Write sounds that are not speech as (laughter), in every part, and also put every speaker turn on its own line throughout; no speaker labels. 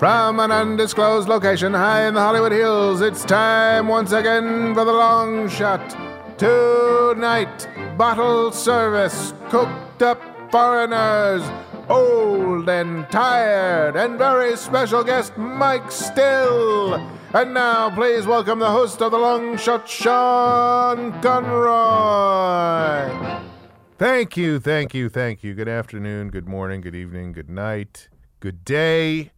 From an undisclosed location high in the Hollywood Hills, it's time once again for the long shot. Tonight, bottle service, cooked up foreigners, old and tired, and very special guest Mike Still. And now, please welcome the host of the long shot, Sean Conroy. Thank you, thank you, thank you. Good afternoon, good morning, good evening, good night, good day.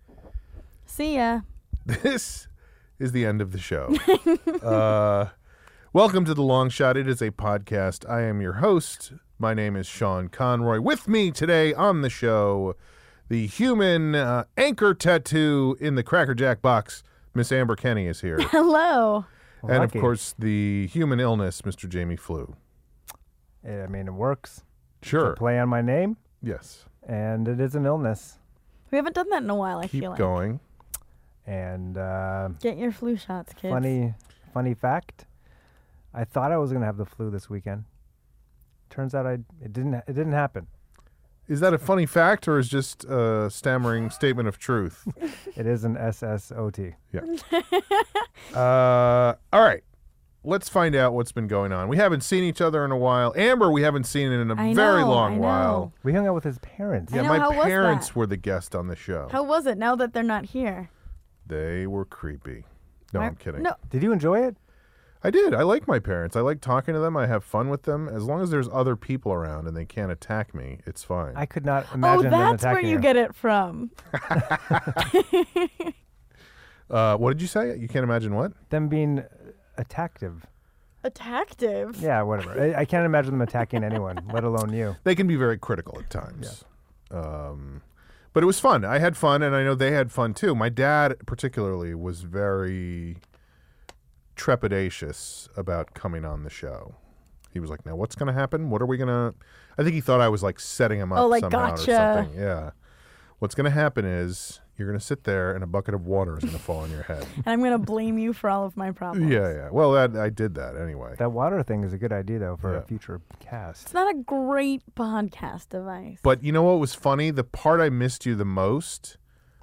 See ya.
This is the end of the show. (laughs) uh, welcome to The Long Shot. It is a podcast. I am your host. My name is Sean Conroy. With me today on the show, the human uh, anchor tattoo in the Cracker Jack box, Miss Amber Kenny is here.
Hello.
and of
Lucky.
course, the human illness, Mr. Jamie Flew.
Yeah, I mean, it works.
Sure.
Play on my name,
Yes.
and it is an illness.
We haven't done that in a while, I
Keep
feel like.
going.
And uh,
Get your flu shots, kids.
funny, funny fact, I thought I was gonna have the flu this weekend. Turns out I it didn't it didn't happen.
Is that a funny fact or is just a stammering statement of truth?
It is an SSOT.
Uh, all right. Let's find out what's been going on. We haven't seen each other in a while. Amber, we haven't seen in a
I
very
know,
long
I know.
while.
We hung out with his parents.
I
Yeah,
know,
my
how was
parents
that?
were the guest on the show.
How was it now that they're not here?
they were creepy. No,
My-
I'm kidding.
No, oh,
Did you enjoy it?
I did. I like my parents. I like talking to them. I have fun with them. As long as there's other people around and they can't attack me, it's fine.
I could not
oh,
imagine them
that's
attacking
where you
her.
get it from.
uh, what did you say? You can't imagine what?
them being attractive.
Attractive.
Yeah, whatever. I, I can't imagine them attacking anyone, (laughs) let alone you.
They can be very critical at times. Um, but it was fun. I had fun, and I know they had fun too. My dad, particularly, was very trepidatious about coming on the show. He was like, "Now, what's going to happen? What are we going to?" I think he thought I was like setting him up
Oh, like,
somehow
gotcha.
or something. Yeah. What's going to happen is you're going to sit there, and a bucket of water is going to fall on your
(laughs)
head.
And I'm going to blame you for all of my problems.
Yeah, yeah. Well, that, I did that anyway.
That water thing is a good idea though for
Yeah.
a future cast.
It's not a great podcast device.
But you know what was funny? The part I missed you the most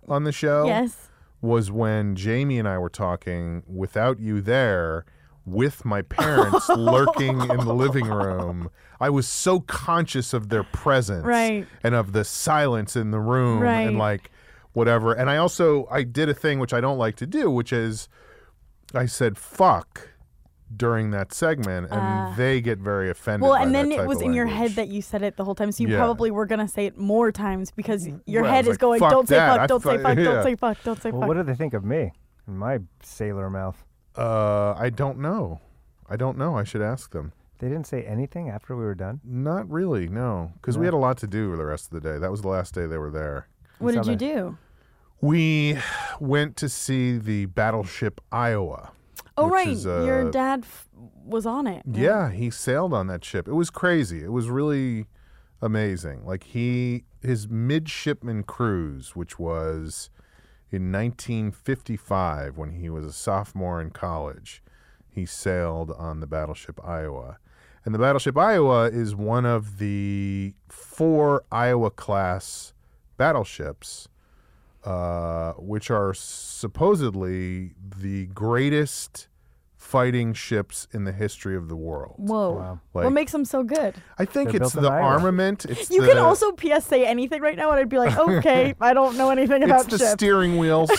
on the show.
yes.
was when Jamie and I were talking without you there with my
(laughs)
parents lurking in the living room. I was so conscious of their presence
Right.
and of the silence in the room
Right.
and like whatever. And I also I did a thing which I don't like to do, which is I said fuck during that segment and they get very offended.
Ah. Well,
by
and
that
then it
type
was
of
in your
language.
head that you said it the whole time, so you
Yeah. Mm-hmm.
probably were going to say it more times because your
Well, I
head is
was like,
going,
"Fuck
don't say
that, I
fuck, don't say
fu-
fuck,
yeah."
don't say fuck, don't say
Well,
fuck.
what do they think of me and my sailor mouth?
uh I don't know. I don't know. I should ask them.
They didn't say anything after we were done.
Not really, no. Because we had a lot to do the rest of the day. That was the last day they were there.
what did
saw
you
that.
do?
We (sighs) went to see the battleship Iowa.
Oh,
which
right.
is,
Your
uh,
dad f- was on it. right?
Yeah, he sailed on that ship. It was crazy. It was really amazing. Like he his midshipman cruise, which was in 1955 when he was a sophomore in college, he sailed on the battleship Iowa. And the battleship Iowa is one of the four Iowa class battleships uh, which are supposedly the greatest fighting ships in the history of the world.
Whoa.
Like- uh,
what makes them so good?
I think
They're
it's
built in
the
Iowa.
armament. It's
You
the,
can also PS say anything right now, and I'd be
(laughs)
like, okay, I don't know anything
it's
about
the
ships.
steering
(laughs)
wheels.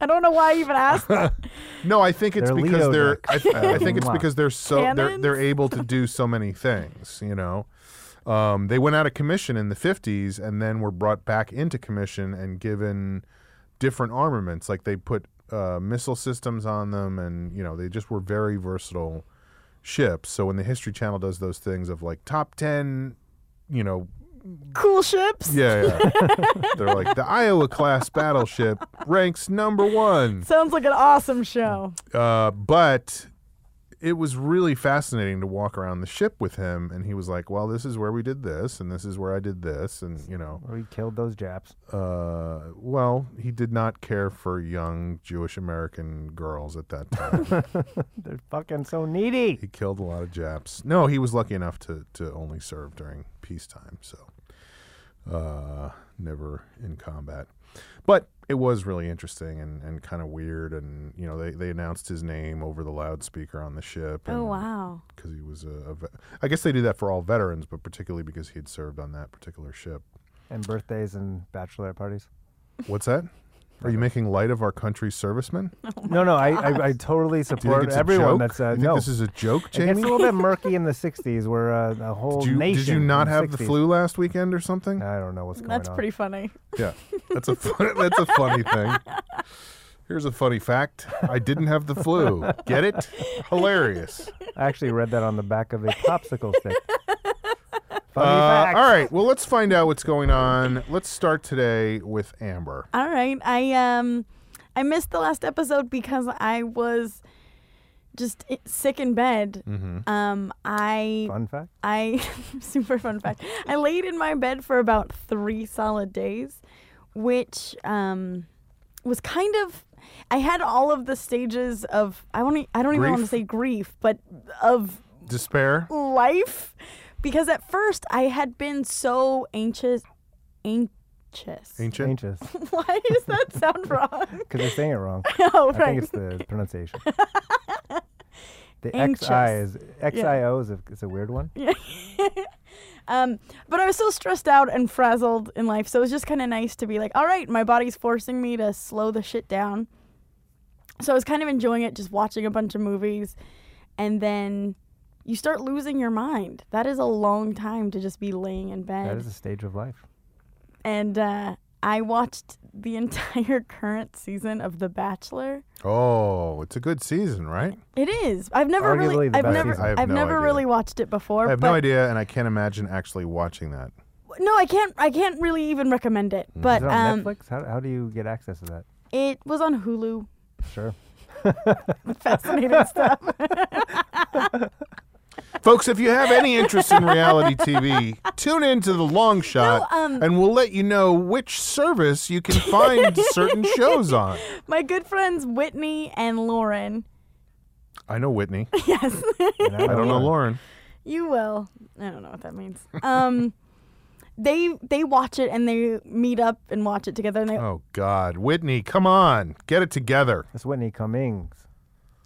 I don't know why I
(laughs)
even asked. that.
no, I think it's
They're
because
Leo
they're. I,
decks.
I think it's
Mwah.
because they're so they're, they're
Cannons?
able to do so many things. You know, um, they went out of commission in the fifties and then were brought back into commission and given different armaments. Like they put uh, missile systems on them, and you know they just were very versatile ships. So when the History Channel does those things of like top ten, you know,
cool ships.
Yeah, yeah. They're like the Iowa class battleship ranks number one.
Sounds like an awesome show.
Uh, but it was really fascinating to walk around the ship with him, and he was like, "Well, this is where we did this, and this is where I did this, and you know."
Where we killed those Japs.
Uh, well, he did not care for young Jewish American girls at that time.
They're fucking so needy.
he killed a lot of Japs. No, he was lucky enough to to only serve during peacetime. So, uh, never in combat. But it was really interesting and, and kind of weird. And, you know, they, they announced his name over the loudspeaker on the ship.
Oh wow.
Because he was a, a ve- I guess they do that for all veterans, but particularly because he had served on that particular ship.
And birthdays and bachelorette parties.
What's that? Are you making light of our country's servicemen?
Oh
no, no, I, I, I
Do
totally
you think
support
it's
everyone
a joke?
that's uh,
you think
no.
this is a joke,
It gets
Jamie?
a little bit murky in the '60s, where uh, the whole
Did you,
nation.
did you not
in
have the
60s
flu last weekend or something?
I don't know what's going
That's
on.
pretty funny.
Yeah, that's a fun, (laughs) that's a funny thing. Here's a funny fact: I didn't have the flu. Get it? Hilarious.
I actually read that on the
(laughs)
back of a popsicle stick. Funny
Uh,
fact.
all right, well, let's find out what's going on. Let's start today with Amber.
All right. I um I missed the last episode because I was just i- sick in bed.
Mm-hmm.
Um I
Fun fact.
I (laughs) super fun fact. I laid in my bed for about 3 solid days, which um was kind of I had all of the stages of I want I don't even want
Grief?
to say grief, but of
Despair.
life because at first I had been so anxious anxious.
Ancient.
Changes.
(laughs) Why does that
(laughs)
sound wrong? (laughs)
Because you're saying it wrong.
oh,
I think
right.
it's the
(laughs)
pronunciation. The
Anxious.
XI is XIO is a is a weird one.
Um, but I was so stressed out and frazzled in life, so it was just kind of nice to be like, all right, my body's forcing me to slow the shit down. So I was kind of enjoying it, just watching a bunch of movies, and then you start losing your mind. That is a long time to just be laying in bed.
That is a stage of life.
and uh, I watched the (laughs) entire current season of The Bachelor.
Oh, it's a good season, right?
It is. I've never
Arguably
really,
the
I've
best
never,
season.
I have
I've
no
never
idea.
really watched it before.
I have
but
no idea, and I can't imagine actually watching that.
No, I can't. I can't really even recommend it. But
Mm. Is it on
um,
Netflix? How, how do you get access to that?
it was on Hulu.
Sure.
(laughs)
(laughs)
Fascinating stuff.
Folks, if you have any interest in reality TV, tune in to The Long Shot,
No, (laughs) um-
and we'll let you know which service you can find certain shows on.
My good friends Whitney and Lauren. (laughs)
I know Whitney.
Yes, (laughs)
And
I don't know
Lauren.
Lauren.
you will. I don't know what that means.
(laughs)
Um, they they watch it and they meet up and watch it together. And they
Oh, God. Whitney, come on. Get it together.
It's Whitney Cummings.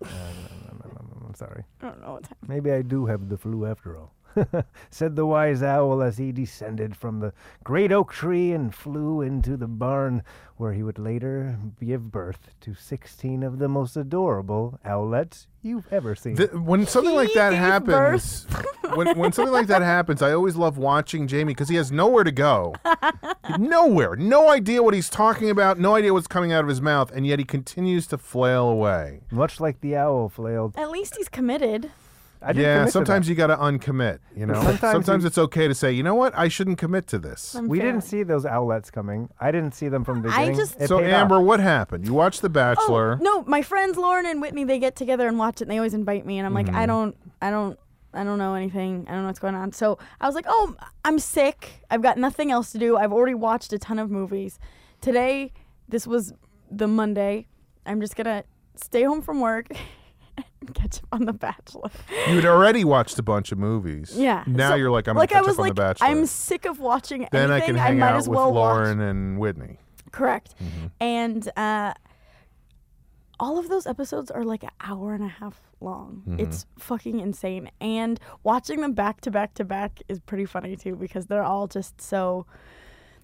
Uh, no, no, no, no, no, I'm sorry.
I don't know what's happening.
Maybe I do have the flu after all. (laughs) Said the wise owl as he descended from the great oak tree and flew into the barn, where he would later give birth to 16 of the most adorable owlets you've ever seen.
Th- when something like
He
that
gave
happens,
birth.
(laughs) when, when something like that happens, I always love watching Jamie because he has nowhere to
(laughs)
go. nowhere. No idea what he's talking about, no idea what's coming out of his mouth, and yet he continues to flail away.
Much like the owl flailed.
At least he's committed.
I didn't
Yeah,
commit to
sometimes
that.
you got to uncommit. You know, sometimes,
Sometimes you-
it's okay to say, you know what, I shouldn't commit to this.
I'm
we
failing.
didn't see those owlets coming. I didn't see them from the
I
beginning.
just-
It
so
paid off.
Amber, what happened? You watched The Bachelor.
Oh, no, my friends Lauren and Whitney they get together and watch it and they always invite me and I'm
Mm-hmm.
like I don't I don't I don't know anything. I don't know what's going on. So I was like, "Oh, I'm sick. I've got nothing else to do. I've already watched a ton of movies. Today, this was the Monday. I'm just going to stay home from work and (laughs) catch up on The Bachelor."
You'd already watched a bunch of movies.
Yeah.
Now
So,
you're like, I'm
like
gonna
I
catch
was
up on
like,
The Bachelor.
I'm sick of watching
then I can
anything.
hang
might
out
as
with
well watch
Lauren and Whitney.
Correct. And uh, all of those episodes are like an hour and a half long. It's fucking insane. And watching them back to back to back is pretty funny too because they're all just so.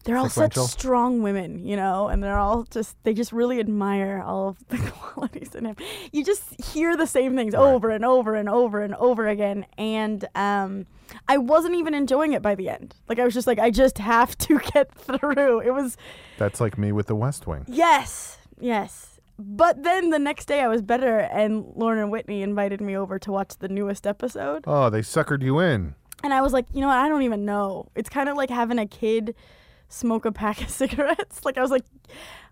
They're all
Sequential.
such strong women, you know, and they're all just, they just really admire all of the (laughs) qualities in him. You just hear the same things over and over and over and over again. And um, I wasn't even enjoying it by the end. Like, I was just like, I just have to (laughs) get through. It was,
That's like me with The West Wing.
Yes, yes. But then the next day I was better, and Lauren and Whitney invited me over to watch the newest episode.
Oh, they suckered you in.
And I was like, you know what? I don't even know. It's kind of like having a kid smoke a pack of (laughs) cigarettes. Like, I was like,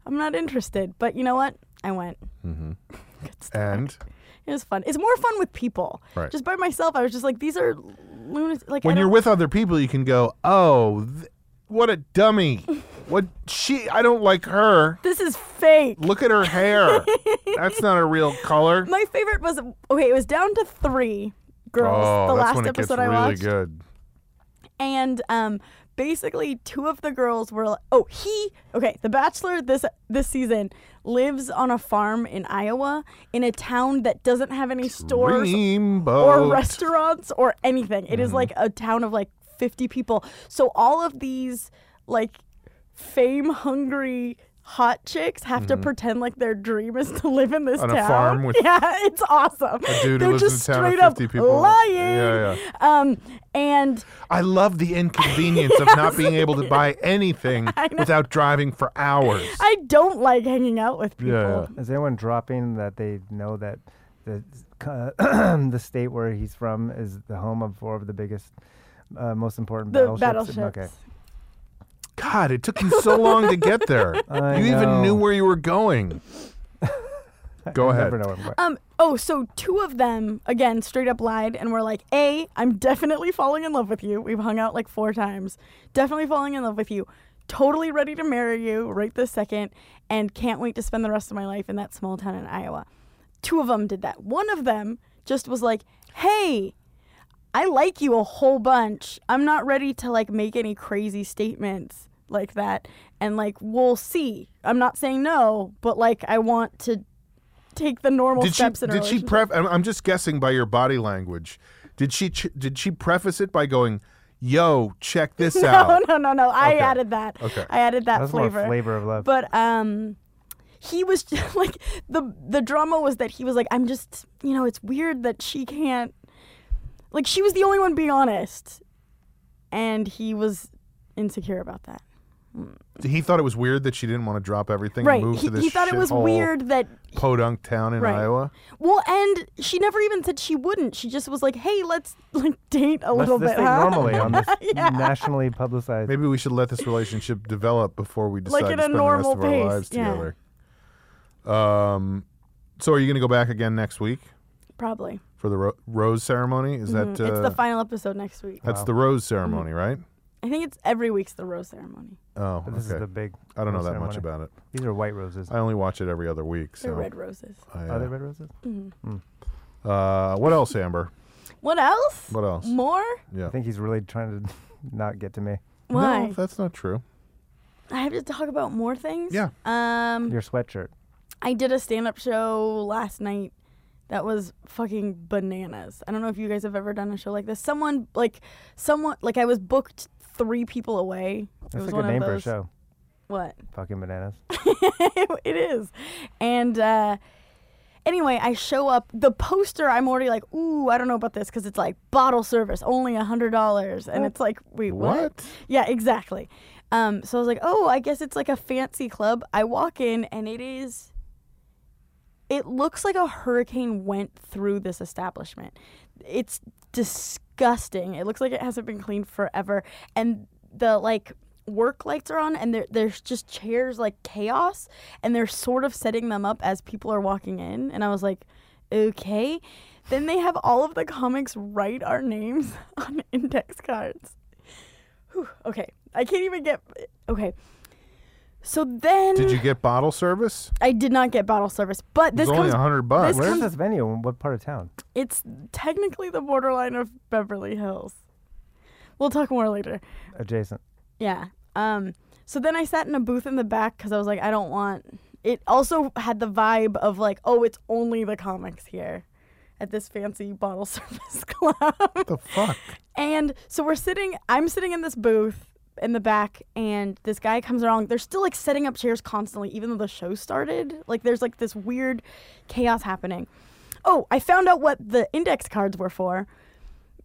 I'm not interested. But you know what? I went.
And
It was fun. It's more fun with people.
Right.
Just by myself, I was just like, these are lunatic. Like, I
when you're
don't-
with other people, you can go, oh, th- what a
(laughs)
dummy. What she? I don't like her.
this is fake.
Look at her
(laughs)
hair. That's not a real color.
My favorite was okay. It was down to three girls.
oh,
the
that's
last
when it
episode
gets
I
really
watched.
good.
and um, basically two of the girls were like, oh he okay the bachelor this this season lives on a farm in Iowa in a town that doesn't have any stores
Dreamboat.
or restaurants or anything. It is
Mm-hmm.
like a town of like 50 people. So all of these like fame hungry hot chicks have to pretend like their dream is to live in this
Mm-hmm. On a
town.
farm with
(laughs) yeah, it's awesome.
dude who
They're
lives in
just
a town of
straight up
50 people.
lying.
Yeah,
Um and
I love
(laughs)
the inconvenience of not being able to buy anything without driving for hours.
I don't like hanging out with people.
Yeah.
Is anyone dropping that they know that the uh, (clears throat) the state where he's from is the home of four of the biggest, uh, most important
The
battleships?
battleships.
Okay.
God, it took you so long to get there.
(laughs) I
you even
know.
knew where you were
(laughs)
going. Go
I
ahead.
never know
(laughs)
where I'm going.
Um. Oh, so two of them again straight up lied and were like, "A, I'm definitely falling in love with you. We've hung out like four times. Definitely falling in love with you. Totally ready to marry you right this second, and can't wait to spend the rest of my life in that small town in Iowa." Two of them did that. One of them just was like, "Hey." I like you a whole bunch. I'm not ready to like make any crazy statements like that. And like, we'll see. I'm not saying no, but like, I want to take the normal
Did she?
steps in a
Did she
relationship.
pref? I'm, I'm just guessing by your body language. Did she? Ch- did she preface it by going, "Yo, check this
(laughs) no,
out"?
no, no, no. I
Okay.
added that.
Okay.
I added that
That's
flavor.
more flavor of love.
But um, he was (laughs) just, like the the drama was that he was like, I'm just you know, it's weird that she can't. Like she was the only one being honest, and he was insecure about that.
He thought it was weird that she didn't want to drop everything
Right.
and move
He,
to this
he thought it was
shithole
weird that
podunk town in
Right.
Iowa.
well, and she never even said she wouldn't. She just was like, "Hey, let's like date a
Let's
little
just
bit."
think
huh?
normally on this
(laughs) Yeah.
nationally publicized.
Maybe we should let this relationship develop before we decide
Like
to
at a
spend the rest
normal
of
pace,
our lives
yeah.
together. Um, so are you going to go back again next week
(laughs) Probably.
for the ro- rose ceremony? Is that uh,
Mm-hmm. it's the Mm-hmm. final episode next week.
that's the rose ceremony, right?
I think it's every week's the rose ceremony.
Oh,
This is
okay. Oh,
the big.
I don't know that
ceremony.
much about it.
These are white roses.
I only watch it every other week. So
They're red roses. Mm-hmm.
I,
Are they
uh,
red roses?
uh, what else, Amber?
What else?
What else?
More?
Yeah.
I think he's really trying to (laughs) not get to me.
Why?
No, that's not true.
I have to talk about more things.
Yeah.
Um,
Your sweatshirt.
I did a stand-up show last night that was fucking bananas. I don't know if you guys have ever done a show like this. Someone like someone like I was booked three people away. it
That's
was
a
one
good
of
name for a
those-
show.
What?
Fucking bananas.
(laughs) it is. And uh, anyway, I show up. The poster, I'm already like, ooh, I don't know about this because it's like bottle service, only a hundred dollars, and it's like, wait, what?
What?
Yeah, exactly. Um, so I was like, oh, I guess it's like a fancy club. I walk in, and it is. It looks like a hurricane went through this establishment. It's disgusting. It looks like it hasn't been cleaned forever, and the like work lights are on, and there, there's just chairs like chaos, and they're sort of setting them up as people are walking in. And I was like, okay. Then they have all of the comics write our names (laughs) on index cards. Okay. I can't even get. Okay. So then
Did you get bottle service?
I did not get bottle service, but
It
this
was only
comes.
a hundred bucks.
this
Where's
comes-
this venue? In what part of town?
It's technically the borderline of Beverly Hills. We'll talk more later.
Adjacent.
Yeah. Um. So then I sat in a booth in the back because I was like, I don't want. It also had the vibe of like, oh, it's only the comics here, at this fancy bottle (laughs) service club.
What the fuck?
And so we're sitting, I'm sitting in this booth in the back, and this guy comes along. They're still like setting up chairs constantly, even though the show started. Like there's like this weird chaos happening. Oh, I found out what the index cards were for.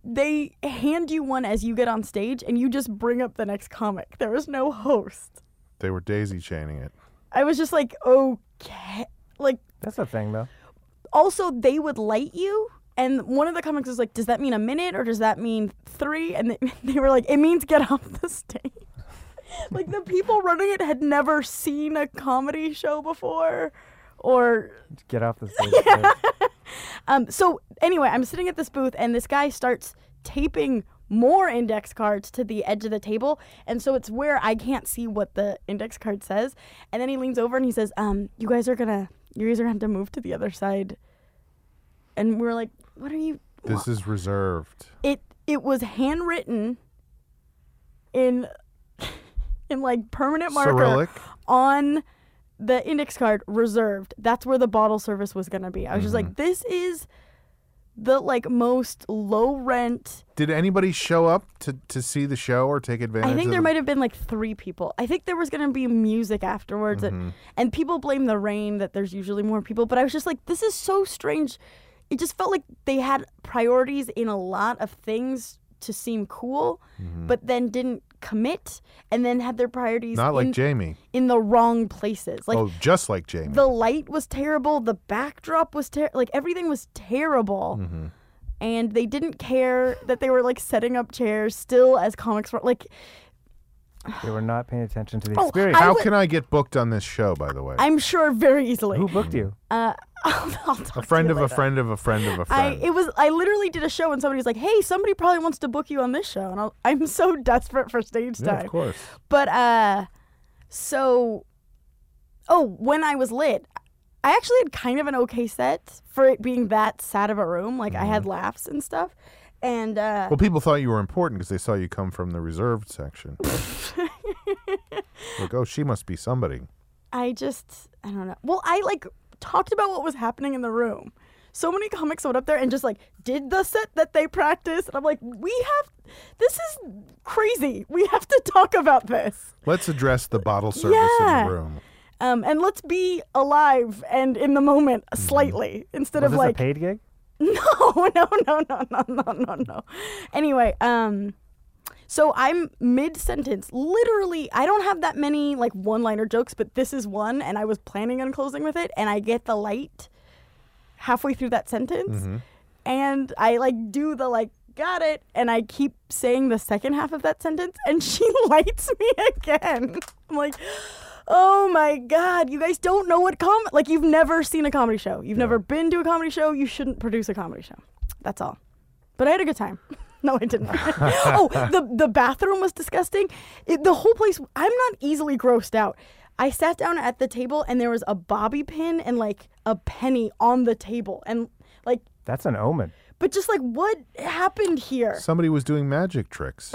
They hand you one as you get on stage, and you just bring up the next comic. There was no host.
They were daisy chaining it.
I was just like, okay. Like,
That's a thing, though.
also they would light you and one of the comics was like does that mean a minute or does that mean three and they, (laughs) they were like it means get off the stage like the people running it had never seen a comedy show before or
Just Get off
(laughs)
the stage.
um, so anyway, I'm sitting at this booth, and this guy starts taping more index cards to the edge of the table, and so it's where I can't see what the index card says. And then he leans over and he says, um, "You guys are gonna, you guys are gonna have to move to the other side." And we're like, "What are you?"
This is reserved.
It it was handwritten in (laughs) in like permanent marker
Cyrillic.
on the index card reserved. That's where the bottle service was gonna be. I was just like,
Mm-hmm.
this is the like most low rent.
Did anybody show up to, to see the show or take advantage?
I think
of
there
the-
might have been like three people. I think there was gonna be music afterwards,
Mm-hmm.
and, and people blame the rain that there's usually more people. But I was just like, this is so strange. It just felt like they had priorities in a lot of things to seem cool,
Mm-hmm.
but then didn't commit, and then had their priorities
not like
in,
Jamie.
in the wrong places. Like
oh, just like Jamie.
the light was terrible the backdrop was terrible like everything was terrible
Mm-hmm.
and they didn't care that they were like setting up chairs still as comics were like
They were not paying attention to the
Oh,
experience.
I
How
would-
can I get booked on this show? By the way,
i'm sure very easily
Who booked you?
uh, (laughs) I'll, I'll talk
a friend
to
of a
you later.
friend of a friend of a
I,
friend.
it was I literally did a show and somebody was like, "Hey, somebody probably wants to book you on this show," and I'll, I'm so (laughs) desperate for stage
yeah,
time.
of course.
But uh so oh, when I was lit, I actually had kind of an okay set for it being that sad of a room. Like I
Mm-hmm.
had laughs and stuff. And uh
Well, people thought you were important because they saw you come from the reserved section. like, oh, she must be somebody.
I just I don't know. Well, I like talked about what was happening in the room. So many comics went up there and just like did the set that they practiced. And I'm like, we have this is crazy. We have to talk about this.
Let's address the bottle service
Yeah.
in the room.
Um, and let's be alive and in the moment slightly instead
Mm-hmm. Was
of like
this a paid gig?
(laughs) No, no, no, no, no, no, no, no. Anyway, um, so I'm mid sentence. Literally, I don't have that many like one liner jokes, but this is one, and I was planning on closing with it, and I get the light halfway through that sentence, and I like do the like got it, and I keep saying the second half of that sentence, and (laughs) she lights me again. I'm like. Oh my God! You guys don't know what com like you've never seen a comedy show. You've never been to a comedy show. You shouldn't produce a comedy show. That's all. But I had a good time. (laughs) No, I didn't. oh, the the bathroom was disgusting. It, the whole place. I'm not easily grossed out. I sat down at the table and there was a bobby pin and like a penny on the table and like,
That's an omen.
but just like what happened here?
Somebody was doing magic
(laughs)
tricks.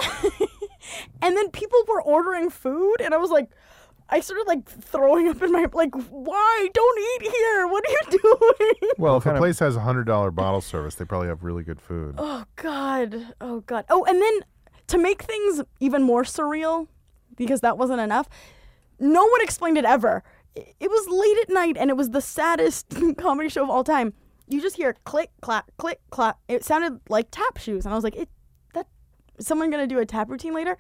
And then people were ordering food, and I was like, I started like throwing up in my like, why don't eat here? What are you (laughs) doing?
Well, if a
kind of-
place has a hundred dollar bottle service, they probably have really good food.
Oh God! Oh God! Oh, and then to make things even more surreal, because that wasn't enough, no one explained it ever. I- It was late at night, and it was the saddest (laughs) comedy show of all time. You just hear click clap, click clap. It sounded like tap shoes, and I was like, "It that is someone gonna do a tap routine later?"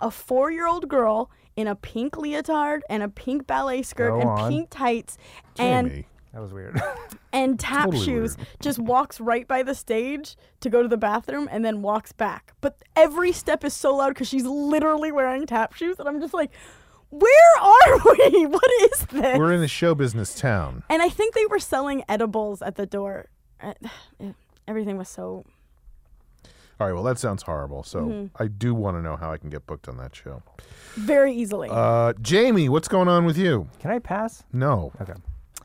A four-year-old girl in a pink leotard and a pink ballet skirt
Go
and
on.
pink tights, and
Jamie,
That was weird. (laughs)
and tap
Totally
shoes just walks right by the stage to go to the bathroom and then walks back. But every step is so loud because she's literally wearing tap shoes, and I'm just like, where are (laughs) we? What is this?
we're in a show business town.
and I think they were selling edibles at the door. Uh, (sighs) Everything was so.
All right, well, that sounds horrible. So
Mm-hmm.
I do want to know how I can get booked on that show.
Very easily.
Uh, Jamie, what's going on with you?
Can I pass?
No.
Okay. Thought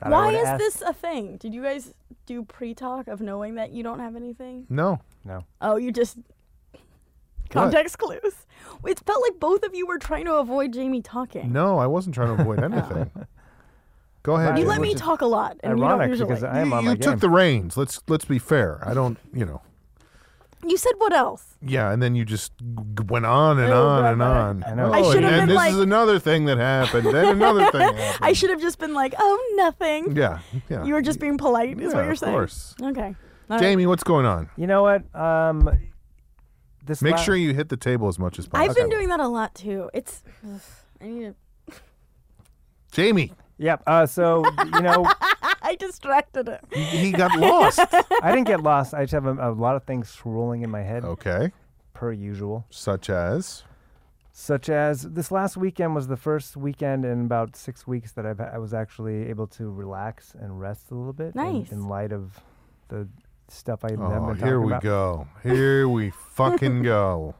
I
Why
would've
is
asked.
this a thing? Did you guys do pre talk of knowing that you don't have anything?
No.
No.
Oh, you just. Context clues. It felt like both of you were trying to avoid Jamie talking.
No, I wasn't trying to avoid anything. Go ahead. Jamie.
You
You
let me
Which is
talk a lot, and you don't
Ironic
usually.
because I am
you
on
you
my
took
game.
the reins. Let's let's be fair. I don't, you know.
you said what else?
Yeah, and then you just g- went on and
Oh,
on
God,
and
man.
on.
I know.
Oh,
I
and
should've
then
been
this
like-
is another thing that happened. Then another thing happened.
I should have just been like, "Oh, nothing."
Yeah, yeah.
You were just being polite, is
yeah,
what you're
of
saying.
course.
Okay. All right.
Jamie, what's going on?
You know what? Um, this
Make
la-
sure you hit the table as much as possible.
I've been doing that a lot too. It's. ugh, I need. To, (laughs)
Jamie,
Yep. Uh, so you know,
I distracted it.
he got lost.
I didn't get lost. I just have a, a lot of things swirling in my head,
okay,
per usual.
such as
Such as this last weekend was the first weekend in about six weeks that I've, I was actually able to relax and rest a little bit. in-
Nice.
In, light of the stuff I have
oh,
been
here
talking
we
about.
go, here we fucking go.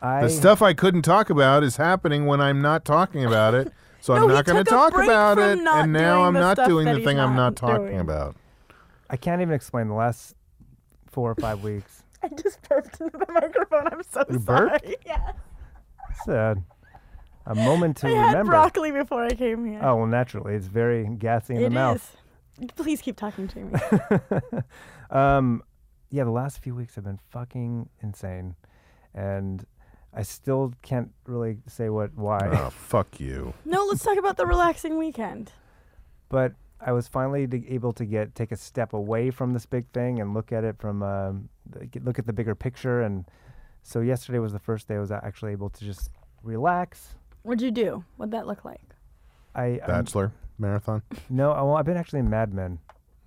I,
The stuff I couldn't talk about is happening when I'm not talking about it, so
No,
I'm
he
not going
took
to
a
talk
break
about
from
it,
not
and now
doing
I'm
the
not
stuff
doing
that
the
he's
thing I'm
not
not talking
doing.
about.
(laughs)
I can't even explain the last four or five weeks.
I just burped into the microphone. I'm so
You
sorry.
burped?
Yeah.
It's a, a moment to
I
remember.
had broccoli before I came here.
Oh, well, naturally. It's very gassy in
It
the mouth.
is. Please keep talking to me.
(laughs) um, yeah, the last few weeks have been fucking insane. And I still can't really say what, why.
Oh, fuck you.
no, let's talk about the relaxing weekend.
but I was finally d- able to get take a step away from this big thing and look at it from um, the- get- look at the bigger picture. And so yesterday was the first day I was a- actually able to just relax.
What'd you do? What'd that look like?
I um,
Bachelor marathon.
no, I- well, I've been actually in Mad Men,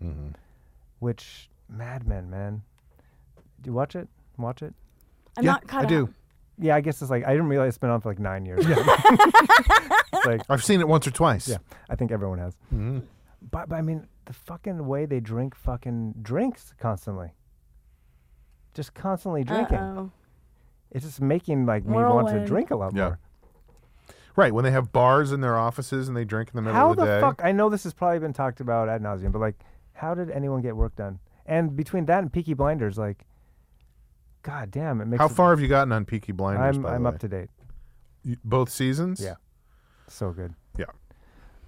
hmm
which Mad Men, man. Do you watch it? Watch it?
I'm
Yeah,
not caught
I
up.
do.
Yeah, I guess it's like I didn't realize it's been on for like nine years. (laughs) It's like
I've seen it once or twice.
yeah, I think everyone has.
Mhm.
But, but I mean, the fucking way they drink fucking drinks constantly. Just constantly drinking.
Uh-oh.
It's just making like me want to
Whirlwind.
drink a lot
Yeah.
more.
Right when they have bars in their offices and they drink in the middle
How
of
the,
the, day.
fuck? I know this has probably been talked about ad nauseum, but like, how did anyone get work done? And between that and Peaky Blinders, like, god damn, it makes.
How
it-
far have you gotten on Peaky Blinders?
I'm
by
I'm
the
up
way?
to date.
You- both seasons.
Yeah. So good.
(laughs)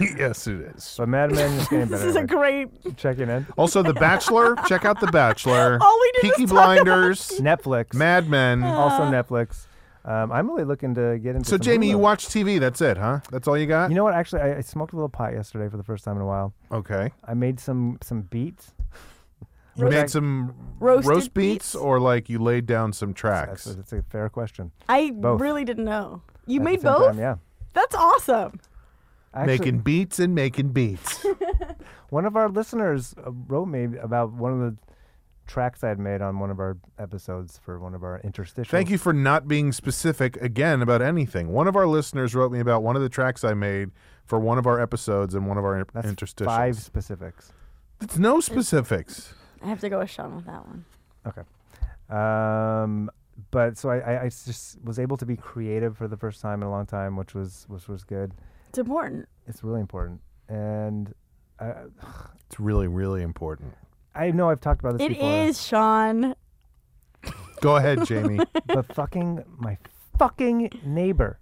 yes, it is.
So Mad Men
(laughs)
is getting
This
better.
is a
every-
great. (laughs)
Checking in.
Also, The Bachelor. Check out The Bachelor.
All we did
Peaky
was talk about-
Blinders.
Netflix.
Mad Men.
also Netflix. Um, I'm really looking to get into.
so
some
Jamie, you
Hulu.
watch TV. That's it, huh? That's all you got.
You know what? Actually, I, I smoked a little pot yesterday for the first time in a while.
okay.
I made some some beats.
You
Roast-
made some
Roasted
roast beats,
beats.
or like you laid down some
That's,
tracks.
that's a fair question.
I
Both.
really didn't know. You
At the
made
same
both?
time, yeah.
That's awesome.
I actually-
making beats and making
(laughs)
beats.
One of our listeners uh, wrote me about one of the tracks I'd made on one of our episodes for one of our interstitials.
Thank you for not being specific again about anything. One of our listeners wrote me about one of the tracks I made for one of our episodes and one of our in-
That's
interstitials.
five specifics.
It's no specifics.
I have to go with Sean with that one.
Um, but so I, I, I just was able to be creative for the first time in a long time, which was which was good.
It's important.
It's really important, and I,
It's really, really important.
I know I've talked about this
It is,
before.
Sean.
Go ahead,
(laughs)
Jamie.
but fucking my fucking neighbor,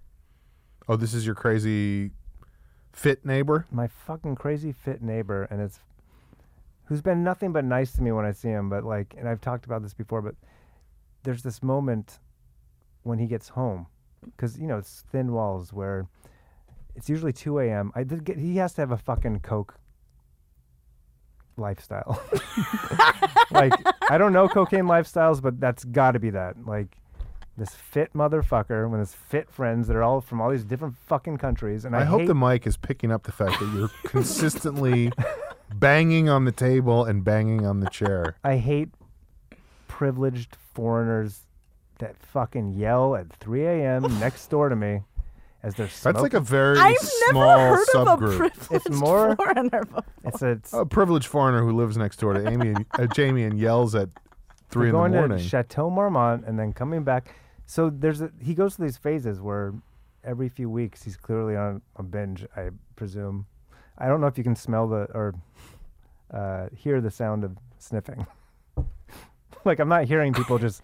oh, this is your crazy fit neighbor?
my fucking crazy fit neighbor, and it's who's been nothing but nice to me when I see him. But like, and I've talked about this before, but there's this moment when he gets home, because you know it's thin walls where it's usually 2 a.m. I did get he has to have a fucking coke lifestyle. (laughs) like I don't know cocaine lifestyles, but that's got to be that. Like this fit motherfucker with his fit friends that are all from all these different fucking countries, and I,
I, hope
hate-
the mic is picking up the fact that
(laughs)
you're consistently banging on the table and banging on the chair.
I hate privileged foreigners that fucking yell at
(laughs)
3 a.m. next door to me as they're smoking.
That's like a very
I've
small
never heard of a
subgroup.
privileged
more-
foreigner before.
it's a, it's,
a privileged foreigner who lives next
(laughs)
door to Amy and, uh, Jamie and yells at three in the
going
morning.
to Chateau Marmont and then coming back. So there's a, he goes through these phases where every few weeks he's clearly on a binge, I presume. I don't know if you can smell the or uh, hear the sound of sniffing. (laughs) like I'm not hearing people just.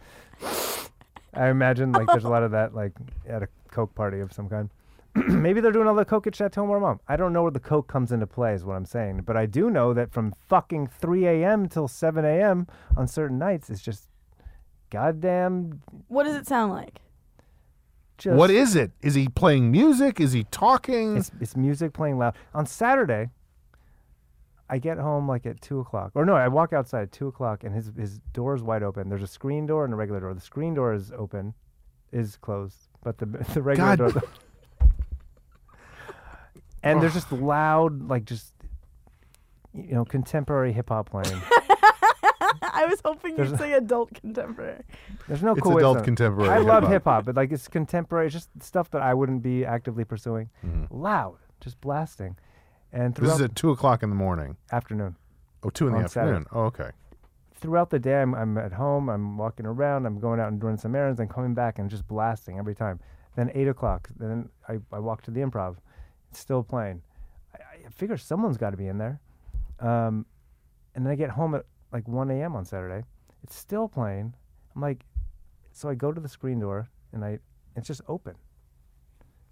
I imagine like there's a lot of that like at a coke party of some kind. (clears throat) Maybe they're doing all the coke at Chateau Marmont. I don't know where the coke comes into play is what I'm saying, but I do know that from fucking 3 a.m. till 7 a.m. on certain nights it's just goddamn.
What does it sound like?
Just
What is it? Is he playing music? Is he talking?
It's, it's music playing loud. On Saturday, I get home like at two o'clock, or no, I walk outside at two o'clock, and his his door is wide open. There's a screen door and a regular door. The screen door is open, is closed, but the (laughs) the regular
God.
door. (laughs) and there's just loud, like just you know, contemporary hip
(laughs)
hop playing.
(laughs) I was hoping
There's a-
you'd say adult contemporary.
There's no
It's
cool.
adult contemporary.
I love
hip-hop.
hip hop, but like it's contemporary. It's just stuff that I wouldn't be actively pursuing. Loud, just blasting, and
Mm-hmm. This
throughout
is at two o'clock in the morning.
afternoon.
Oh, two in the
On
afternoon. Oh, okay.
throughout the day, I'm, I'm at home, I'm walking around, I'm going out and doing some errands, and coming back and just blasting every time. Then eight o'clock, then I, I walk to the improv, it's still playing. I, I figure someone's got to be in there. Um, and then I get home at like 1 a.m. on Saturday, it's still playing. I'm like, so I go to the screen door and I It's just open,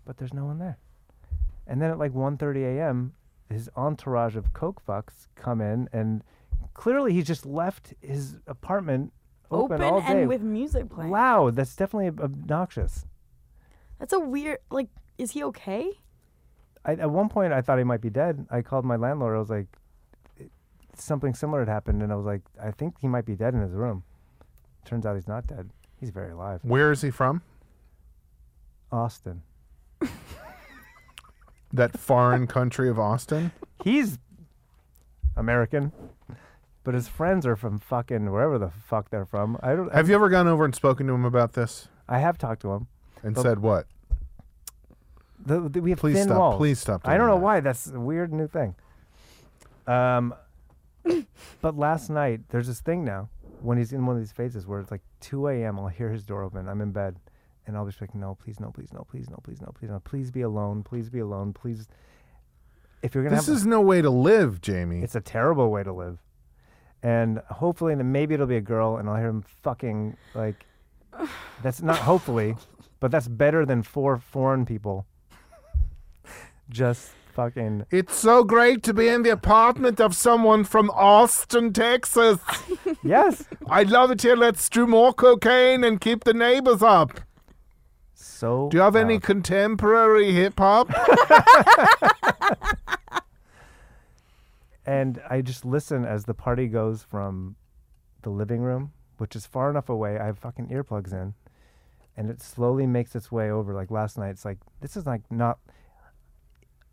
but there's no one there. And then at like 1:30 a.m., his entourage of coke fucks come in, and clearly he's just left his apartment (laughs)
Open,
open, all day,
and with music playing.
loud. That's definitely ob- obnoxious.
That's a weird. Like, is he okay?
I, at one point, I thought he might be dead. I called my landlord. I was like, "It- something similar had happened, and I was like, I think he might be dead in his room. Turns out he's not dead. He's very alive.
Where is he from?
Austin.
That foreign country of Austin?
He's American, but his friends are from fucking wherever the fuck they're from. I don't. I,
Have you ever gone over and spoken to him about this
I have talked to him.
and
But-
said what?
The, the- we have
Please
thin
stop.
walls.
Please stop.
I don't
doing
know
that.
why. That's a weird new thing. Um, (coughs) but last night there's this thing now when he's in one of these phases where it's like 2 a.m. I'll hear his door open. I'm in bed, and I'll just be like, no, please, no, please, no, please, no, please, no, please, no, please be alone. Please be alone. Please. If you're gonna
This
have,
is no way to live, Jamie.
it's a terrible way to live. And hopefully, and maybe it'll be a girl, and I'll hear him fucking like. That's not hopefully, but that's better than four foreign people. Just fucking
It's so great to be in the apartment of someone from Austin, Texas.
yes.
(laughs) I love it here. Let's do more cocaine and keep the neighbors up.
So
Do you have any
loud.
contemporary hip hop?
And I just listen as the party goes from the living room, which is far enough away. I have fucking earplugs in, and it slowly makes its way over. Like last night, it's like this is like not.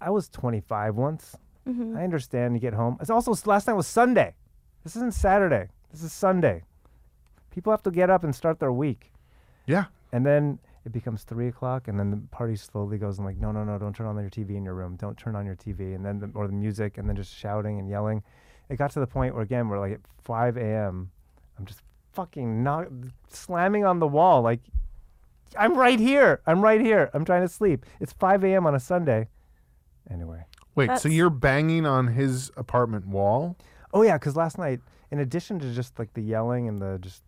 I was 25 once. I understand you get home. It's also s- last night was Sunday. This isn't Saturday. This is Sunday. People have to get up and start their week.
yeah.
And then it becomes three o'clock, and then the party slowly goes. I'm like, no, no, no, don't turn on your TV in your room. Don't turn on your TV, and then the, or the music, and then just shouting and yelling. It got to the point where again, we're like at 5 a.m. I'm just fucking knock, slamming on the wall, like I'm right here. I'm right here. I'm trying to sleep. It's 5 a.m. on a Sunday. Anyway.
Wait, so
That's-
you're banging on his apartment wall?
Oh yeah, because last night, in addition to just like the yelling and the just.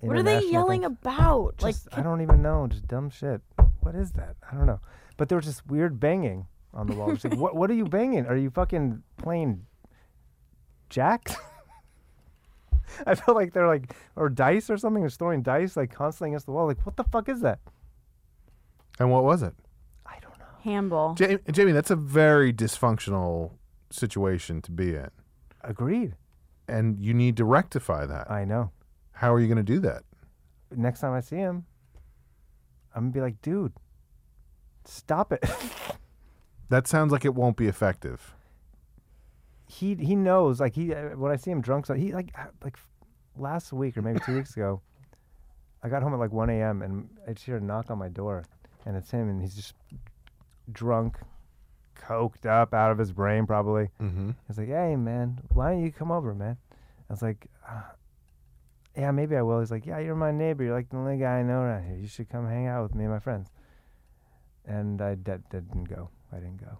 What are they
international
yelling
things-
about? Like,
Just- I don't even know. Just dumb shit. What is that? I don't know. But there was this weird banging on the wall. Just like, what? What are you banging? Are you fucking playing jacks? (laughs) I felt like they're like or dice or something. They're throwing dice like constantly against the wall. Like, what the fuck is that?
And what was it?
I don't know.
handball.
Ja- Jamie, that's a very dysfunctional situation to be in.
Agreed.
And you need to rectify that.
I know.
How are you going to do that?
Next time I see him, I'm gonna be like, dude, stop it. (laughs)
That sounds like it won't be effective.
he he knows like he uh, when I see him drunk so he like uh, like f- last week or maybe two weeks ago, I got home at like 1 a.m. and I just hear a knock on my door, and it's him and he's just drunk, coked up out of his brain probably.
Mm-hmm.
He's like, hey man, why don't you come over, man? I was like, uh, yeah, maybe I will. He's like, yeah, you're my neighbor. You're like the only guy I know around here. You should come hang out with me and my friends. And I d- didn't go. I didn't go.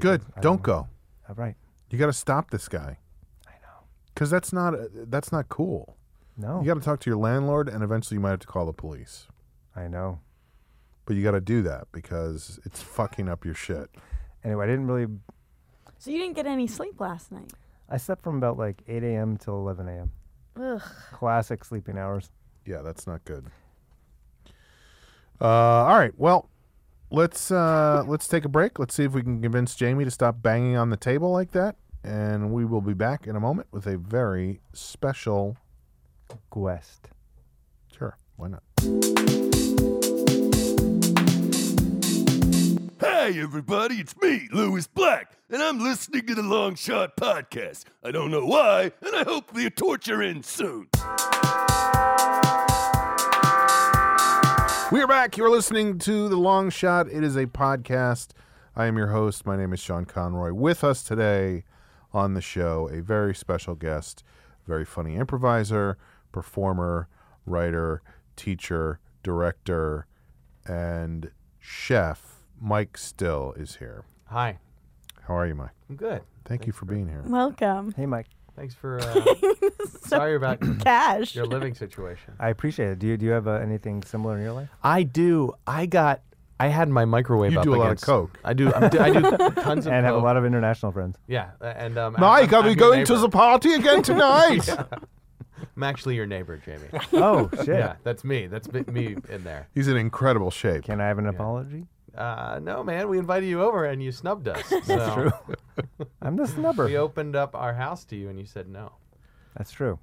Good.
Because I
Don't
didn't-
go.
Uh, right.
You got to stop this guy
I know.
because that's not uh, that's not cool.
No.
You got to talk to your landlord, and eventually you might have to call the police.
I know.
But you got to do that because it's fucking up your shit.
Anyway, I didn't really.
So you didn't get any sleep last night.
I slept from about like 8 a.m. till 11 a.m.
Ugh.
Classic sleeping hours.
Yeah, that's not good. Uh, all right, well, let's
(laughs)
uh, let's take a break. Let's see if we can convince Jamie to stop banging on the table like that, and we will be back in a moment with a very special.
Quest.
Sure, why not?
Hi, everybody, it's me, Lewis Black, and I'm listening to the Long Shot Podcast. I don't know why, and I hope the torture ends soon.
We are back. You're listening to The Long Shot. It is a podcast. I am your host. My name is Sean Conroy. With us today on the show, a very special guest, very funny improviser, performer, writer, teacher, director, and chef. Mike Still is here.
Hi,
How are you, Mike?
I'm good.
Thank you for being here.
Welcome.
Hey, Mike.
Thanks for. Uh, sorry about
Cash.
your living situation.
I appreciate it. Do you do you have uh, anything similar in your life?
I do. I got. I had my microwave.
You
up
do a lot of
against-
coke.
I do. I'm, I do
(laughs)
tons of.
And have a
coke.
lot of international friends.
Yeah, uh, and um.
Mike, are
I'm
we
your
going to
neighbor.
the party again tonight?
I'm actually your neighbor,
(laughs)
Jamie.
Oh shit!
(laughs) yeah, that's me. That's bi- me in there.
He's in incredible shape.
Can I have an apology?
Uh, no, man, we invited you over and you snubbed us. (laughs) That's
true. I'm the snubber.
We opened up our house to you and you said no.
That's true.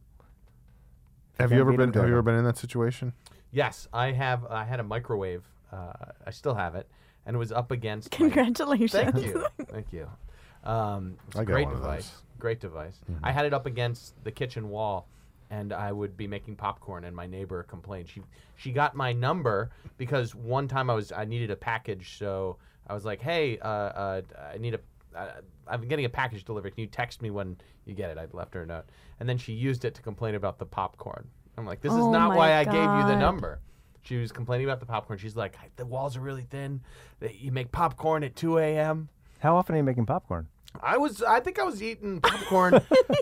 have you
Can't
ever
beat
been?
him,
Have you
Jordan.
ever been in that situation?
Yes, I have. I had a microwave. Uh, I still have it, and it was up against.
(laughs)
my-
Congratulations.
Thank you. Thank you. Um, it's
I
a
got
great
one of
device.
those. Mm-hmm.
Great device. I had it up against the kitchen wall, and I would be making popcorn, and my neighbor complained. She she got my number because one time I was I needed a package, so I was like, hey, uh, uh, I need a. Uh, I'm getting a package delivered. Can you text me when you get it? I left her a note, and then she used it to complain about the popcorn. I'm like, this is
Oh
not
my
why I gave you the
God.
number number. She was complaining about the popcorn. She's like, the walls are really thin. That You make popcorn at 2 a.m.
How often are you making popcorn?
I was, I think I was eating
(laughs)
popcorn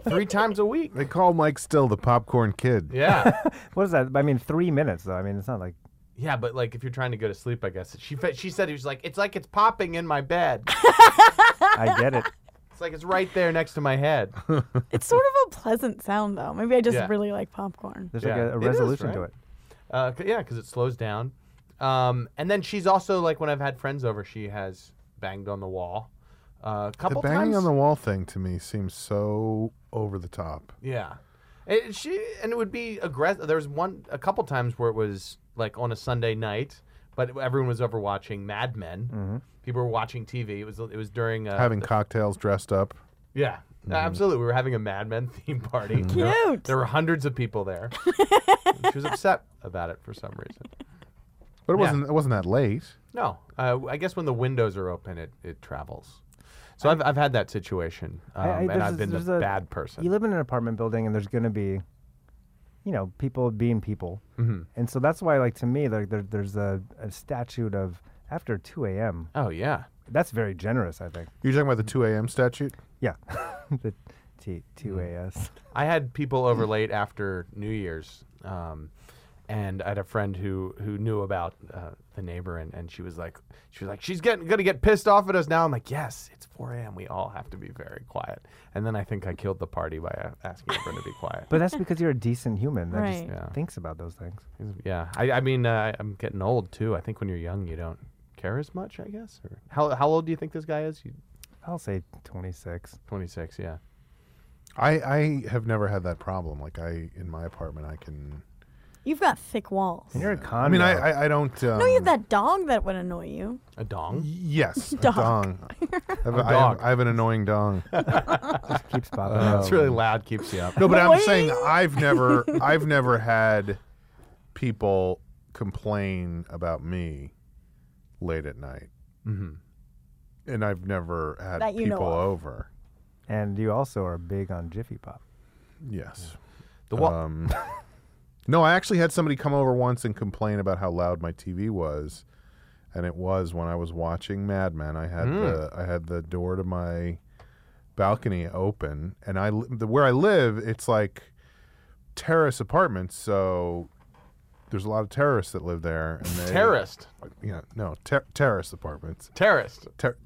three times a week.
They call Mike Still the popcorn kid.
Yeah,
What is that? I mean, three minutes though. I mean, it's not like
yeah, but like if you're trying to go to sleep, I guess she fe- she said he was like, it's like it's popping in my bed.
I get it.
It's like it's right there next to my head.
It's sort of a pleasant sound, though. Maybe I just
Yeah.
really like popcorn.
There's
Yeah.
like a, a
It is,
resolution to
right?
it.
Uh, c- yeah, because it slows down. Um, and then she's also like when I've had friends over, she has banged on the wall. Uh, a
The
couple
banging
times.
on the wall thing to me seems so over the top.
Yeah. It, she and it would be aggressive. There was one a couple times where it was like on a Sunday night, but everyone was over watching Mad Men.
Mm-hmm.
People were watching TV. It was it was during uh,
Having cocktails dressed up.
yeah, absolutely. We were having a Mad Men (laughs) theme party.
Mm-hmm.
There were-
Cute.
There were hundreds of people there. she was upset about it for some reason.
But it
Yeah.
wasn't. It wasn't that late.
No, uh, I guess when the windows are open, it, it travels. So I've, I've had that situation, um,
I-
and
there's
I've
a-
been
there's
the
a-
bad person.
You live in an apartment building, and there's going to be, you know, people being people,
Mhm.
and so that's why, like to me, there, there there's a, a statute of after 2 a.m.
oh yeah,
That's very generous, I think.
You're talking about the 2 a.m. statute.
Yeah, (laughs) the T 2
Mm-hmm.
a.s.
I had people over late after New Year's, um, and I had a friend who who knew about uh, the neighbor, and, and she was like, she was like, she's getting gonna get pissed off at us now. I'm like, yes, it's 4 a.m. We all have to be very quiet. And then I think I killed the party by uh, asking everyone to be quiet.
But that's because you're a decent human that just
Right.
Yeah.
thinks about those things.
yeah, I, I mean, uh, I'm getting old too. I think when you're young, you don't care as much, I guess. Or how how old do you think this guy is? You,
I'll say 26.
26, yeah.
I I have never had that problem. Like I in my apartment, I can.
You've got thick walls.
And you're a con.
I mean, I
dog.
I, I don't. Um,
No, you have that dog that would annoy you.
A dong.
Yes, a
Dog.
dong. I have, I have-
dog.
I have an annoying dong.
keeps
(laughs)
popping up.
(laughs) It's really loud, keeps you up.
(laughs)
No, but I'm saying
Boing.
I've
(laughs)
never I've never had people complain about me late at night.
Mhm.
And I've never had
That you know
people
of.
over.
And you also are big on Jiffy Pop.
Yes.
The wall.
Um, (laughs) no, I actually had somebody come over once and complain about how loud my TV was, and it was when I was watching Mad Men. I had the I had the door to my balcony open, and I li- the, where I live, it's like terrace apartments, so there's a lot of terrorists that live there. And they,
terrorist.
Yeah, no, ter- terrace apartments.
Terrorist.
Ter-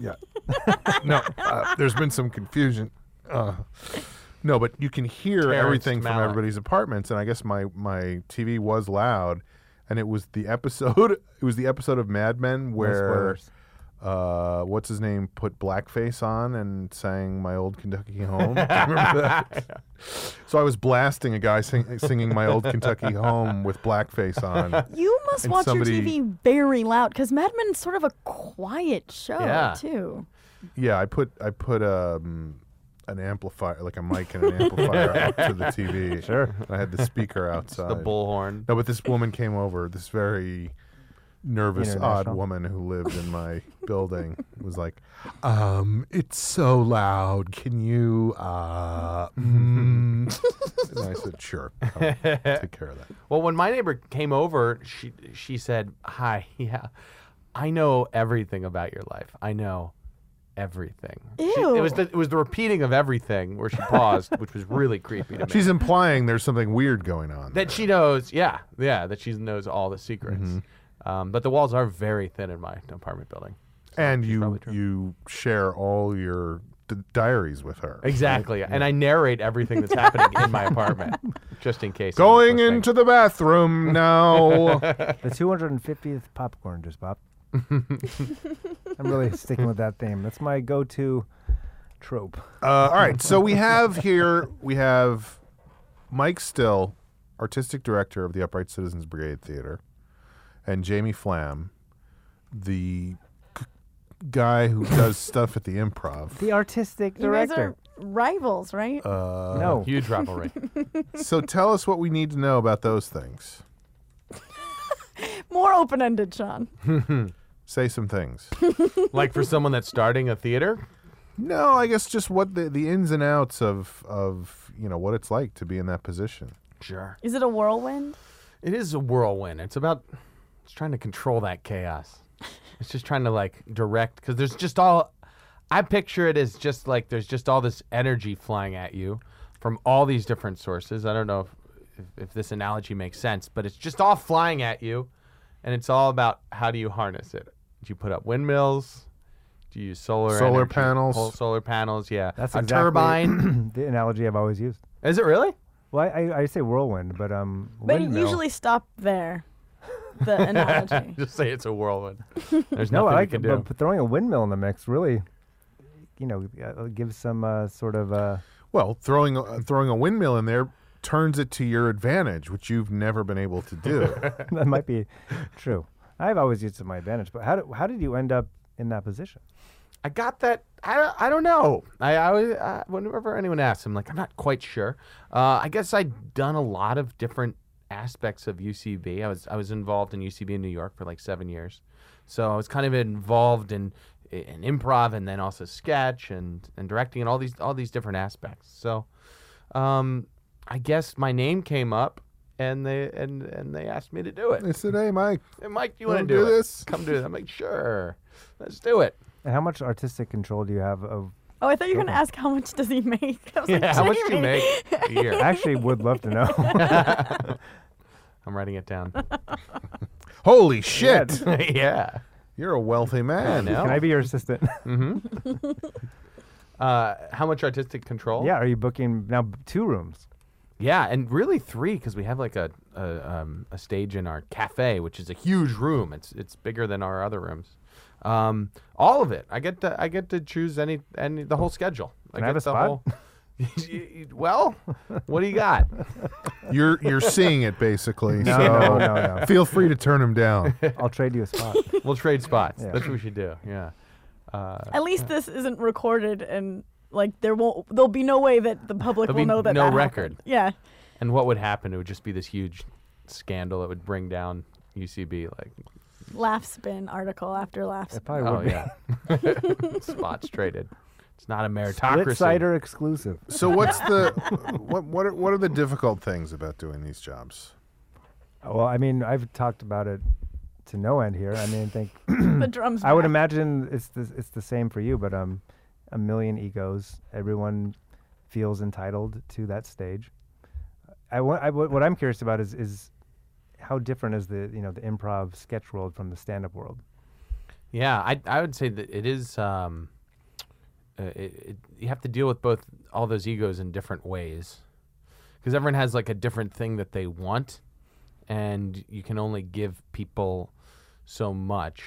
yeah. (laughs) no, uh, there's been some confusion. Uh, no, but you can hear
Terrence
everything from
Malick.
everybody's apartments, and I guess my my TV was loud, and it was the episode. (laughs) It was the episode of Mad Men
No
where
spoilers.
uh, what's his name put blackface on and sang "My Old
(laughs)
Kentucky Home." Do you remember that? so I was blasting a guy sing, singing "My Old Kentucky Home" with blackface on.
You must
And
watch
somebody-
your TV very loud because Mad Men's sort of a quiet show,
Yeah.
too.
Yeah, I put I put um, an amplifier, like a mic and
(laughs)
an amplifier out to the TV.
Sure.
I had the speaker outside.
The bullhorn.
No, but this woman came over. This very nervous, odd
International.
woman who lived in my
(laughs)
building was like, um, "It's so loud. Can you?" Uh, mm?" and I said, "Sure. I'll take care of that."
(laughs) Well, when my neighbor came over, she (laughs) she said, "Hi, yeah, I know everything about your life. I know everything.
Ew.
She- it was the, it was the repeating of everything where she paused, which was really creepy to
(laughs)
me.
She's implying there's something weird going on.
that she knows, yeah, yeah, that she knows all the secrets.
Mm-hmm.
Um, but the walls are very thin in my apartment building.
and you
probably true.
you share all your d- diaries with her.
Exactly, and I narrate everything that's happening in my apartment, just in case. I'm
Going
listening.
into the bathroom now. Uh,
The 250th popcorn
(laughs)
just popped. I'm really sticking with that theme. That's my go-to trope.
Uh, all right, so we have here we have Mike Still, artistic director of the Upright Citizens Brigade Theater, and Jamie Flam, the c- guy who does stuff at the Improv.
The artistic
You guys are
director.
rivals, right?
Uh,
no,
(laughs)
huge rivalry.
So tell us what we need to know about those things.
More open ended, Sean.
Say some things.
like for someone that's starting a theater,
No, I guess just what the, the ins and outs of of you know what it's like to be in that position.
sure.
Is it a whirlwind?
It is a whirlwind. It's about it's trying to control that chaos. It's just trying to like direct because there's just all I picture it as just like there's just all this energy flying at you from all these different sources. I don't know if, if, if this analogy makes sense, but it's just all flying at you, and it's all about how do you harness it? Do you put up windmills? Do you use solar
Solar
energy?
panels.
Pol- Solar panels, yeah.
that's
a
exactly
turbine.
(clears throat) the analogy I've always used.
Is it really? (laughs)
Well, I, I, I say whirlwind, but um,
But it
windmill-
usually stopped there. The
(laughs)
analogy.
Just say it's a whirlwind.
(laughs)
There's
No,
nothing
I
you
like
can
it,
do.
but but throwing a windmill in the mix really, you know, uh, gives some uh, sort of uh, (laughs)
Well, throwing a, throwing a windmill in there turns it to your advantage, which you've never been able to
(laughs)
do.
that might be true. I've always used it to my advantage, but how do, how did you end up in that position?
I got that. I, don't- I don't know. I, I, always- I whenever anyone asks, I'm like, I'm not quite sure. Uh, I guess I'd done a lot of different aspects of UCB. I was I was involved in UCB in New York for like seven years, so I was kind of involved in in improv and then also sketch and, and directing and all these all these different aspects. So, um, I guess my name came up and they and and they asked me to do it.
They said, "Hey, Mike,
Hey, Mike, you want to
Wanna
do,
do
it?
this?"
Come do it. I'm like, sure, let's do it.
And how much artistic control do you have of?
Oh, I thought you were gonna ask how much does he make. (laughs) I was
Yeah,
like,
how much do you
Jamie.
make a
(laughs)
year?
I actually would love to
(laughs)
know.
I'm writing
(laughs)
it down. (laughs)
holy shit,
yeah.
you're a wealthy man."
know.
Can I be your assistant? (laughs)
Uh, how much artistic control?
yeah. Are you booking now? b- Two rooms.
Yeah, and really three because we have like a a, um, a stage in our cafe, which is a huge room. It's it's bigger than our other rooms. Um, all of it. I get to I get to choose any any the whole schedule.
Can I
get
have a
the
spot?
whole. (laughs) well, what do you got?
You're you're seeing it basically.
(laughs)
No,
so
(laughs) no, no, no.
Feel free to turn him down.
I'll trade you a spot.
We'll trade
(laughs)
spots.
Yeah.
That's what we should do. Yeah. Uh,
At least this isn't recorded, and like there won't, there'll be no way that the public
There'll
will
be
know that.
no
that
record.
happened. Yeah.
and what would happen? It would just be this huge scandal that would bring down UCB. Like
Laugh spin article after laugh
It
spin.
probably
Oh
would be. (laughs)
yeah, spots traded. It's not a
Split
meritocracy.
cider exclusive.
So what's the what what are, what are the difficult things about doing these jobs?
Well, I mean, I've talked about it to no end here. I mean, I think
the drums.
I would
back.
imagine it's the, it's the same for you, but um, a million egos. Everyone feels entitled to that stage. I, wa- I wa- what I'm curious about is is how different is the you know the improv sketch world from the stand up world?
Yeah, I I would say that it is. Um, uh, it, it, you have to deal with both all those egos in different ways, because everyone has like a different thing that they want, and you can only give people so much.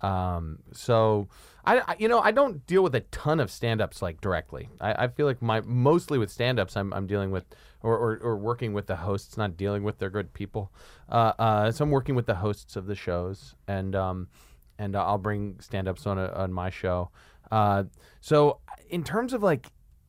Um, so I, I- you know I don't deal with a ton of stand-ups like directly. I, I feel like my mostly with stand-ups I'm, I'm dealing with or, or, or working with the hosts, not dealing with their good people. Uh, uh, so I'm working with the hosts of the shows and um, and I'll bring stand-ups on a, on my show. Uh, so in terms of like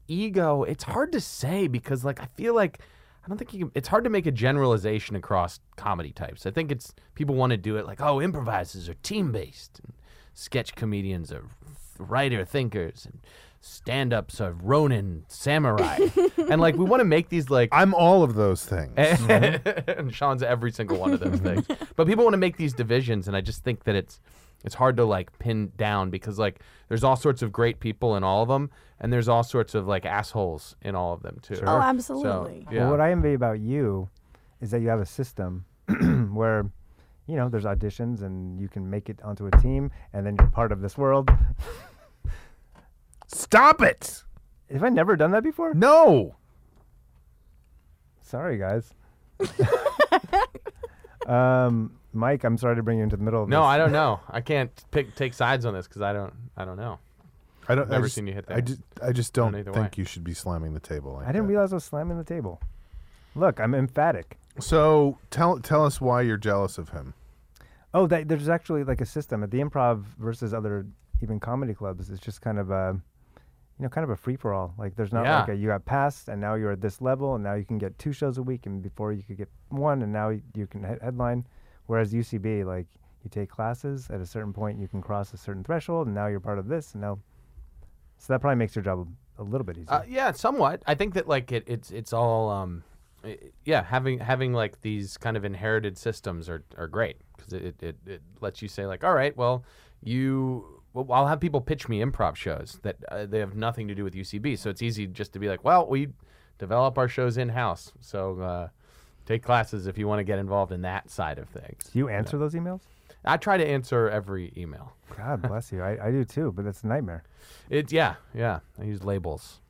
ego, it's hard to say because like I feel like I don't think you can, it's hard to make a generalization across comedy types. I think it's people want to do it like oh improvisers are team based, and sketch comedians are writer thinkers, and stand ups are Ronin samurai, and like we want to make these like
I'm all of those things.
Eh. (laughs) and Sean's every single one of those things. But people want to make these divisions, and I just think that it's It's hard to like pin down because like there's all sorts of great people in all of them, and there's all sorts of like assholes in all of them too.
Oh, absolutely.
So, yeah.
Well, what I envy about you is that you have a system (clears throat) where, you know, there's auditions and you can make it onto a team, and then you're part of this world. (laughs)
Stop it!
Have I never done that before?
No.
Sorry,
(laughs)
guys. um, Mike, I'm sorry to bring you into the middle of
no,
this.
I don't know. I can't pick take sides on this because I don't. I don't know.
I don't. I
Never
just-
seen you hit
I
that.
just, I just don't,
either
think
way.
you should be slamming the table. Like
I didn't
that.
realize I was slamming the table. Look, I'm emphatic.
So tell tell us why you're jealous of him.
Oh, that, there's actually like a system at the improv versus other even comedy clubs. It's just kind of a, you know, kind of a free for all. Like there's not
Yeah.
like a you got passed and now you're at this level and now you can get two shows a week and before you could get one and now y- you can he- headline. Whereas UCB, like you take classes at a certain point, you can cross a certain threshold and now you're part of this and now. So that probably makes your job a, a little bit easier.
Uh, yeah, somewhat. I think that like it, it's it's all um, i- yeah. Having having like these kind of inherited systems are are great because it, it it lets you say like, all right, well, you. Well, I'll have people pitch me improv shows that uh, they have nothing to do with UCB, so it's easy just to be like, well, we develop our shows in house, so. Uh, Take classes if you want to get involved in that side of things.
Do you answer those emails?
I try to answer every email.
God bless you. I, I do too, but it's a nightmare.
It's yeah, yeah. I use labels.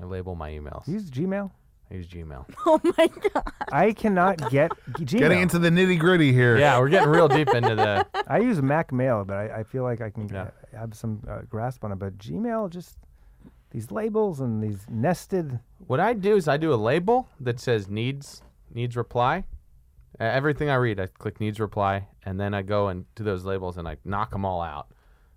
I label my emails.
Do you Use Gmail.
I use Gmail.
(laughs) Oh my god.
I cannot get g- Gmail.
Getting into the nitty gritty here.
Yeah, we're getting real deep into the
I use Mac Mail, but I, I feel like I can
Yeah.
uh, have some uh, grasp on it. But Gmail, just these labels and these nested.
What I do is I do a label that says needs needs reply. Uh, everything I read, I click needs reply, and then I go and to those labels and I knock them all out.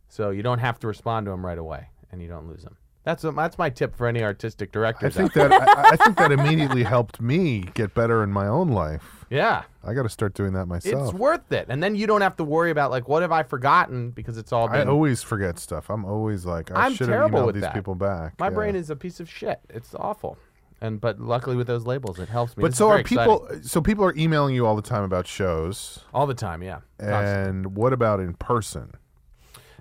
So you don't have to respond to them right away, and you don't lose them. That's what, that's my tip for any artistic
I
directors.
think
out
that I, I think that immediately helped me get better in my own life.
there. yeah,
I got to start doing that myself.
it's worth it, and then you don't have to worry about like what have I forgotten because it's all
I
been.
always forget stuff. I'm always like, I
I'm
should have
terrible
emailed
with
these
that.
people back.
my
Yeah.
brain is a piece of shit. It's awful, and but luckily with those labels, it helps me.
But
This is
so
very
are
exciting.
people. So people are emailing you all the time about shows.
all the time? Yeah, Constant.
And what about in person?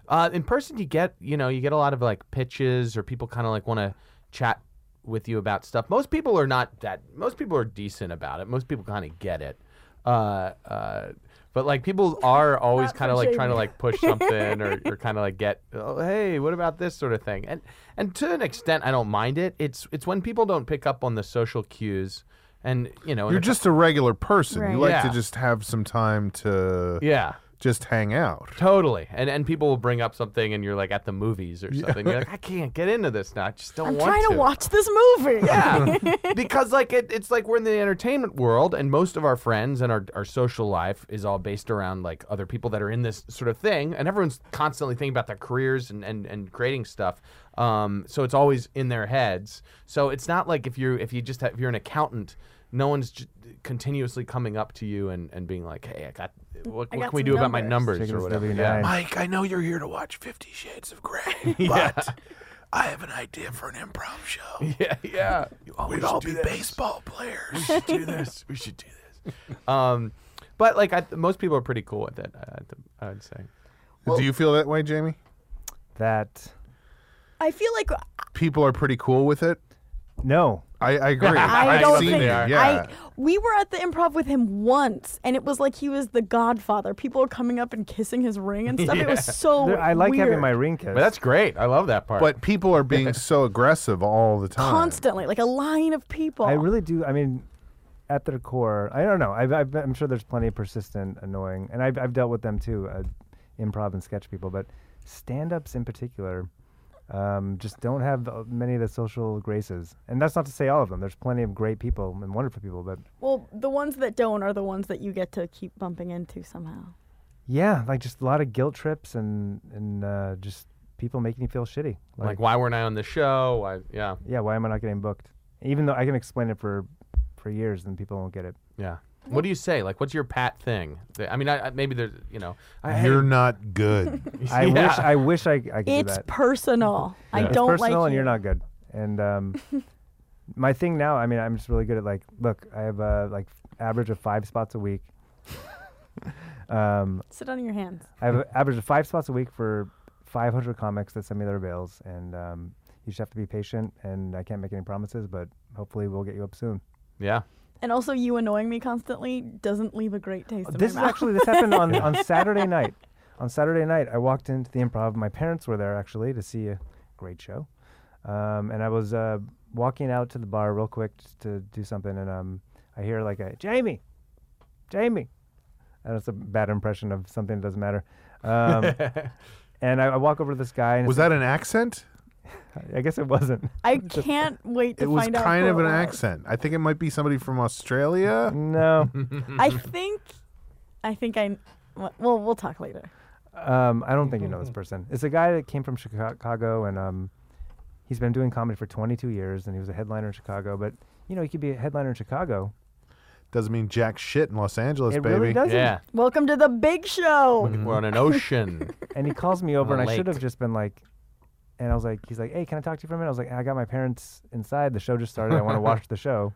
Uh, in person, you get you know you get a lot of like pitches or people kind of like want to chat with you about stuff. Most people are not that. Most people are decent about it. Most people kind of get it. Uh, uh, but like people are always
Not
kind of
for
like trying
shaming.
to like push something or, or kind of like get oh, hey what about this sort of thing and and to an extent I don't mind it. It's it's when people don't pick up on the social cues and you know and
You're
if-
just a regular person.
Right.
You like to
Yeah.
just have some time to
yeah.
just hang out.
Totally, and and people will bring up something, and you're like at the movies or something. You're like, I can't get into this now. I just don't
I'm
want
trying to. watch this movie.
Yeah, because like it, it's like we're in the entertainment world, and most of our friends and our, our social life is all based around like other people that are in this sort of thing, and everyone's constantly thinking about their careers and and, and creating stuff. Um, so it's always in their heads. So it's not like if you if you just have, if you're an accountant, no one's j- continuously coming up to you and, and being like, hey, I got what,
I
what
got
can we
some
do about my
numbers."
numbers
Chicken
or
is
whatever.
W9.
Yeah.
Mike, I know you're here to watch Fifty Shades of (laughs) Grey, but I have an idea for an improv show.
(laughs) yeah, yeah.
We'd all be baseball players.
should do this. We should do this. Um, but like I, most people are pretty cool with it. I, I- I'd say.
Do you feel that way, Jamie?
That
(laughs) I feel like
People are pretty cool with it.
no,
I, I
(laughs)
agree.
I
I've
don't
seen
think
it, Yeah.
I we were at the improv with him once and it was like he was the godfather. People were coming up and kissing his ring and stuff. It
(laughs)
was so
There- I like having
weird.
my ring kissed.
But that's great. I love that part.
but people are
(laughs)
being so aggressive all the time.
constantly like a line of people.
I really do. I mean, at their core, I don't know. I've, I've, I'm sure there's plenty of persistent, annoying, and I've, I've dealt with them too, uh, improv and sketch people, but stand ups in particular um, just don't have uh, many of the social graces. And that's not to say all of them. There's plenty of great people and wonderful people, but
well, the ones that don't are the ones that you get to keep bumping into somehow.
yeah, like just a lot of guilt trips and, and uh, just people making you feel shitty.
like, why weren't I on the show? Why? Yeah,
yeah, why am I not getting booked? Even though I can explain it for, for years and people won't get
(laughs)
it.
yeah. What do you say? Like, what's your pat thing? The- I mean, I, I maybe there's, you know, I,
You're not
(laughs)
good.
(laughs) I
Yeah.
wish I wish I, I could do
It's
that.
personal. I
it's
don't
personal
like
and
you.
you're not good and
(laughs)
um, my thing
(laughs)
now i mean i'm just really good at like look i have a like average of five spots a week um,
Sit on your hands.
I've averaged five spots a week for 500 comics that send me their bills, and um, you just have to be patient. And I can't make any promises, but hopefully we'll get you up soon.
Yeah.
And also, you annoying me constantly doesn't leave a great taste in
Uh, This is
my mouth.
actually this happened on, on Saturday night. On Saturday night, I walked into the improv. My parents were there actually to see a great show, um, and I was uh, walking out to the bar real quick just to do something, and um, I hear like a Jamie, Jamie. And it's a bad impression of something that doesn't matter. Um, and I, I walk over to this guy, and
Was that an accent?
it's- I guess it wasn't. (laughs)
I can't wait to
It was
find out.
kind
who
of an
it was.
accent. I think it might be somebody from Australia.
No, (laughs)
I think, I think I. Well, we'll talk later.
um, I don't think you know this person. It's a guy that came from Chicago, and um, he's been doing comedy for 22 years, and he was a headliner in Chicago. But you know, he could be a headliner in Chicago.
Doesn't mean jack shit in Los Angeles,
it
baby.
really doesn't.
Yeah.
Welcome to the big show.
We're on an ocean.
And he calls me over,
On a
and I should
lake.
have just been like, and I was like, he's like, hey, can I talk to you for a minute? I was like, I got my parents inside. The show just started. I want to watch the show.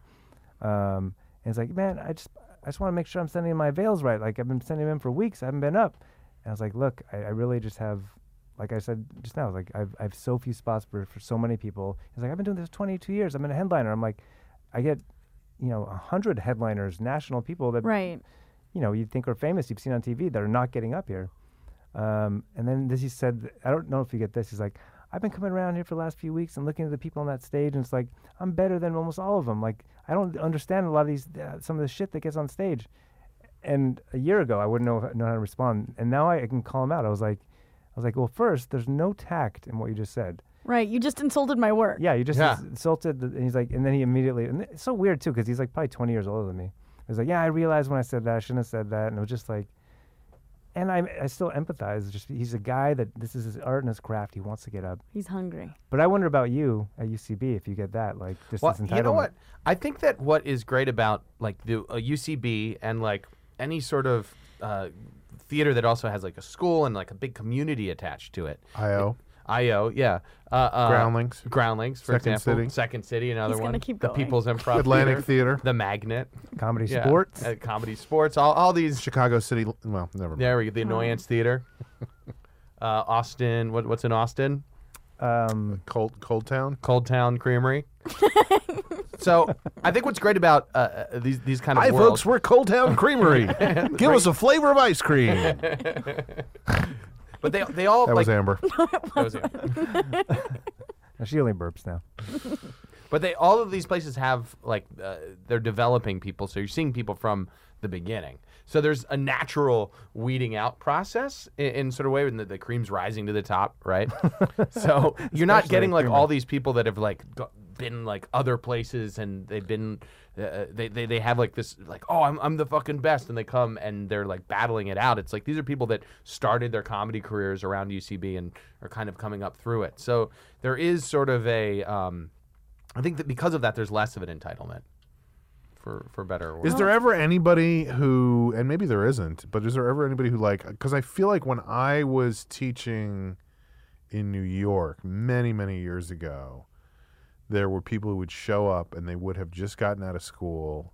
Um, and he's like, man, I just, I just want to make sure I'm sending my veils right. Like I've been sending them in for weeks. I haven't been up. And I was like, look, I, I really just have, like I said just now, like I've, I've so few spots for, for so many people. He's like, I've been doing this 22 years. I'm in a headliner. I'm like, I get, you know, a hundred headliners, national people that
Right.
you know, you'd think are famous, you've seen on TV, that are not getting up here. Um, and then this he said, th- I don't know if you get this. He's like, I've been coming around here for the last few weeks and looking at the people on that stage, and it's like I'm better than almost all of them. Like I don't understand a lot of these, uh, some of the shit that gets on stage. And a year ago, I wouldn't know, know how to respond, and now I, I can call him out. I was like, I was like, well, first, there's no tact in what you just said.
Right. You just insulted my work.
Yeah, you just
Yeah.
ins- insulted. The, and he's like, and then he immediately, and it's so weird too, because he's like probably 20 years older than me. He's like, yeah, I realized when I said that, I shouldn't have said that. And it was just like, and I, I still empathize. Just he's a guy that this is his art and his craft. He wants to get up.
He's hungry.
But I wonder about you at UCB if you get that, like just
(laughs) Well,
this entitlement.
you know what? I think that what is great about like the uh, UCB and like any sort of uh, theater that also has like a school and like a big community attached to it.
IO.
IO, yeah. Uh, uh,
Groundlings.
Groundlings, for
Second
example.
City.
Second City, another
He's
one.
gonna keep
the
going.
People's
(laughs)
Improv
Atlantic Theater.
The Magnet.
Comedy
yeah,
sports.
uh, comedy sports. All, all these.
Chicago City. Well, never mind.
There we go. The
(laughs)
Annoyance Theater. Uh, Austin. What, what's in Austin?
Um,
Cold, Cold Town.
Cold Town
(laughs)
Creamery. so I think what's great about uh, uh, these these kind of
Hi,
worlds,
folks. We're Cold (laughs) Town Creamery. Give us a flavor of ice cream. That
but they they all like
was Amber.
that was it.
she only burps now.
but they all of these places have like uh, they're developing people, so you're seeing people from the beginning. So there's a natural weeding out process in, in sort of way when the, the cream's rising to the top, right? so you're not getting like all these people that have like go- been like other places and they've been uh, they, they they have like this like oh I'm I'm the fucking best and they come and they're like battling it out. It's like these are people that started their comedy careers around UCB and are kind of coming up through it. So there is sort of a um, I think that because of that there's less of an entitlement for for better or worse.
Is there ever anybody who, and maybe there isn't, but is there ever anybody who like? Because I feel like when I was teaching in New York many, many years ago, there were people who would show up and they would have just gotten out of school.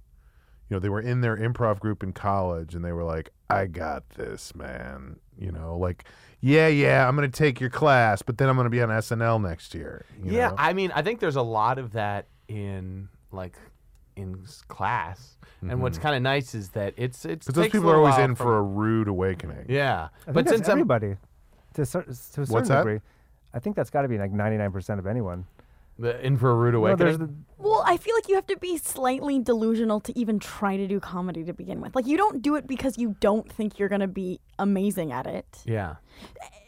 You know, they were in their improv group in college and they were like, "I got this, man." You know, like, yeah, yeah, I'm gonna take your class, but then I'm gonna be on SNL next year. you
yeah,
know?
I mean, I think there's a lot of that in like in s- class, and what's kind of nice is that it's it's
'Cause those
takes a
people are always
little
in
while
for a rude awakening.
from- yeah.
I
but
think that's
since I'm
everybody, to, a cer- to a certain
that?
degree, I think that's got to be like 99% of anyone.
the, in for a rude
No,
awakening,
there's the,
Well, I feel like you have to be slightly delusional to even try to do comedy to begin with. Like you don't do it because you don't think you're gonna be amazing at it.
yeah,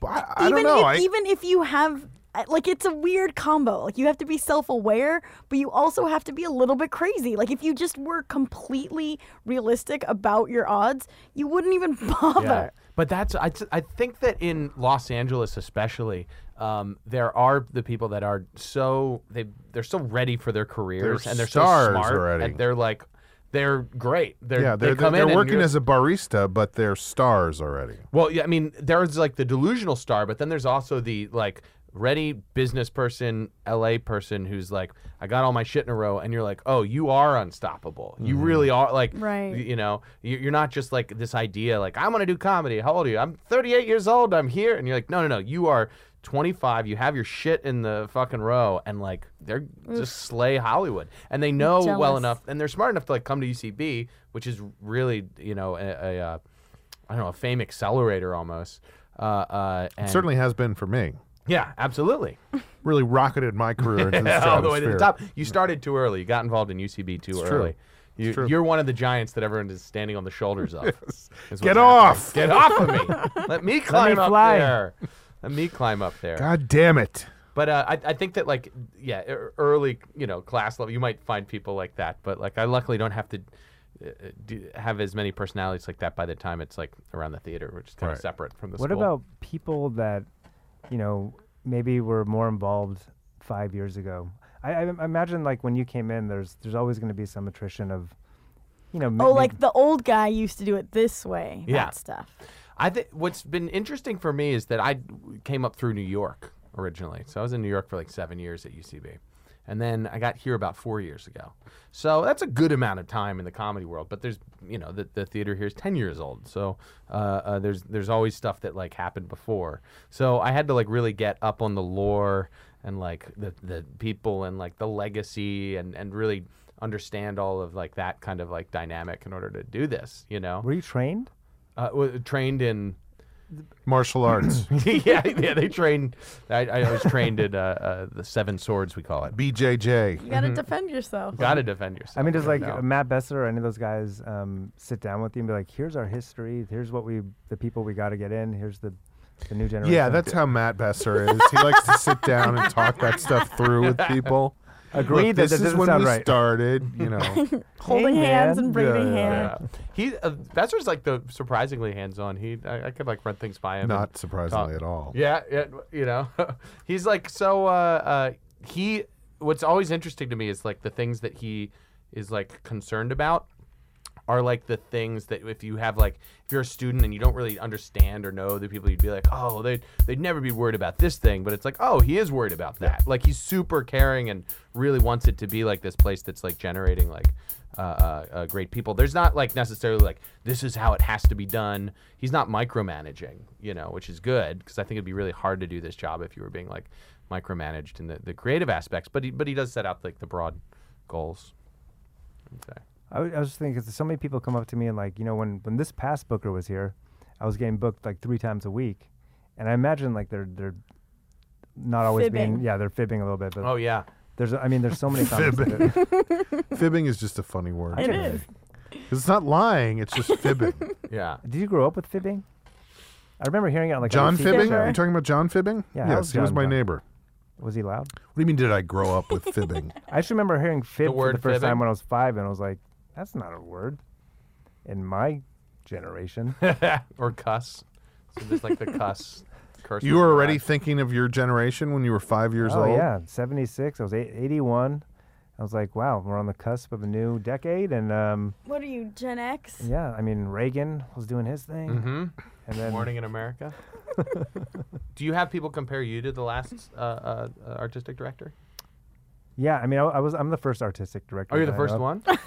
But I, I
even
don't know.
If,
I,
Even if you have, I- like, it's a weird combo. Like, you have to be self aware, but you also have to be a little bit crazy. Like, if you just were completely realistic about your odds, you wouldn't even (laughs) bother.
yeah. But that's I, t- I think that in Los Angeles especially, um, there are the people that are so they they're so ready for their careers and they're
stars
so smart
already.
and they're like they're great. They're,
Yeah, they're,
they come
they're,
in and
working
you're-
as a barista, but they're stars already.
Well, yeah, I mean, there's like the delusional star, but then there's also the like ready business person, LA person who's like, I got all my shit in a row, and you're like, oh, you are unstoppable. You really are. Like,
Right.
you know, you- you're not just like this idea, like, I'm going to do comedy. How old are you? I'm 38 years old. I'm here. And you're like, no, no, no. You are 25. You have your shit in the fucking row, and like, they're just slay Hollywood. And they know well
jealous.
enough, and they're smart enough to like come to UCB, which is really, you know, a, a uh, I don't know, a fame accelerator almost. Uh, uh, and
Certainly has been for me.
yeah, absolutely.
Really rocketed my career into the
Yeah, (laughs) all the way to the
stratosphere.
top. You started too early. You got involved in UCB too
It's true.
early. You,
true.
You're one of the giants that everyone is standing on the shoulders of. is what's
Get
happening.
off!
Get off
(laughs)
of me! Let me climb up
fly.
there. Let me climb up there.
God damn it.
But uh, I, I think that like yeah, ear- early you know class level, you might find people like that. But like I luckily don't have to uh, do, have as many personalities like that by the time it's like around the theater, which is kind
Right.
of separate from the
What
school.
about people that, you know, maybe were more involved five years ago? I, I im- imagine like when you came in, there's there's always going to be some attrition of, you know, ma-
Oh,
ma-
like the old guy used to do it this way.
Yeah.
That stuff.
I think what's been interesting for me is that I came up through New York originally. So I was in New York for like seven years at UCB. And then I got here about four years ago. So that's a good amount of time in the comedy world. But there's, you know, the, the theater here is 10 years old. So uh, uh, there's there's always stuff that like happened before. So I had to like really get up on the lore and like the, the people and like the legacy and, and really understand all of like that kind of like dynamic in order to do this, you know?
were you trained?
Uh, w- trained in (clears throat)
Martial arts.
(laughs) yeah, yeah, they train. I, I was trained in uh, uh, the seven swords, we call it.
BJJ.
You
Mm-hmm.
gotta defend yourself.
Got to defend yourself.
I mean, does
you
like uh,
know?
Matt Besser or any of those guys um, sit down with you and be like, "Here's our history. Here's what we, the people we got to get in. Here's the, the new generation."
Yeah, that's how Matt Besser is. He likes to sit down and talk that stuff through
(laughs)
with people. Look,
Agreed that
this
that
is
doesn't
when
sound
we
right.
started,
(laughs)
you know.
Holding
Hey,
hands
man.
and braiding
Yeah, yeah,
hair.
yeah. He uh, Besser's like the surprisingly hands-on. He I, I could like run things by him. and
Not surprisingly at all.
Yeah, yeah, you know, (laughs) he's like so. Uh, uh, he. What's always interesting to me is like the things that he is like concerned about are like the things that if you have like if you're a student and you don't really understand or know the people you'd be like oh they they'd never be worried about this thing but it's like oh he is worried about that like he's super caring and really wants it to be like this place that's like generating like uh, uh, uh, great people there's not like necessarily like this is how it has to be done he's not micromanaging you know which is good because i think it'd be really hard to do this job if you were being like micromanaged in the, the creative aspects but he but he does set out like the broad goals okay
I, wa- I was just thinking 'cause so many people come up to me and like, you know, when when this past booker was here, I was getting booked like three times a week, and I imagine like they're they're not always being
Fibbing.
yeah they're fibbing a little bit, but
oh yeah
there's I mean there's so many comments. that-
Fibbing is just a funny word.
It
to me.
is.
'Cause It's not lying, it's just
(laughs)
fibbing.
yeah
Did you grow up with fibbing? I remember hearing it on, like
John
on the TV
Fibbing?
show.
Are you talking about John Fibbing? yes,
Yeah, how's
he was
John
my
Fibbing?
neighbor.
Was he loud?
What do you mean did I grow up with fibbing?
I just remember hearing fib for the
word
first time
fibbing?
when I was five, and I was like, that's not a word in my generation.
(laughs) or cuss. So there's like the (laughs) cuss curse.
You were
word.
already thinking of your generation when you were five years
oh
old?
yeah, seventy six. I was eight, eighty one. I was like, wow, we're on the cusp of a new decade, and um,
What are you, Gen X?
yeah, I mean Reagan was doing his thing,
mm-hmm.
Mhm.
and then
Morning in (laughs) America. Do you have people compare you to the last uh, uh, uh, artistic director?
yeah, I mean I, I was I'm the first artistic director.
Oh, you're the
that I
first
know.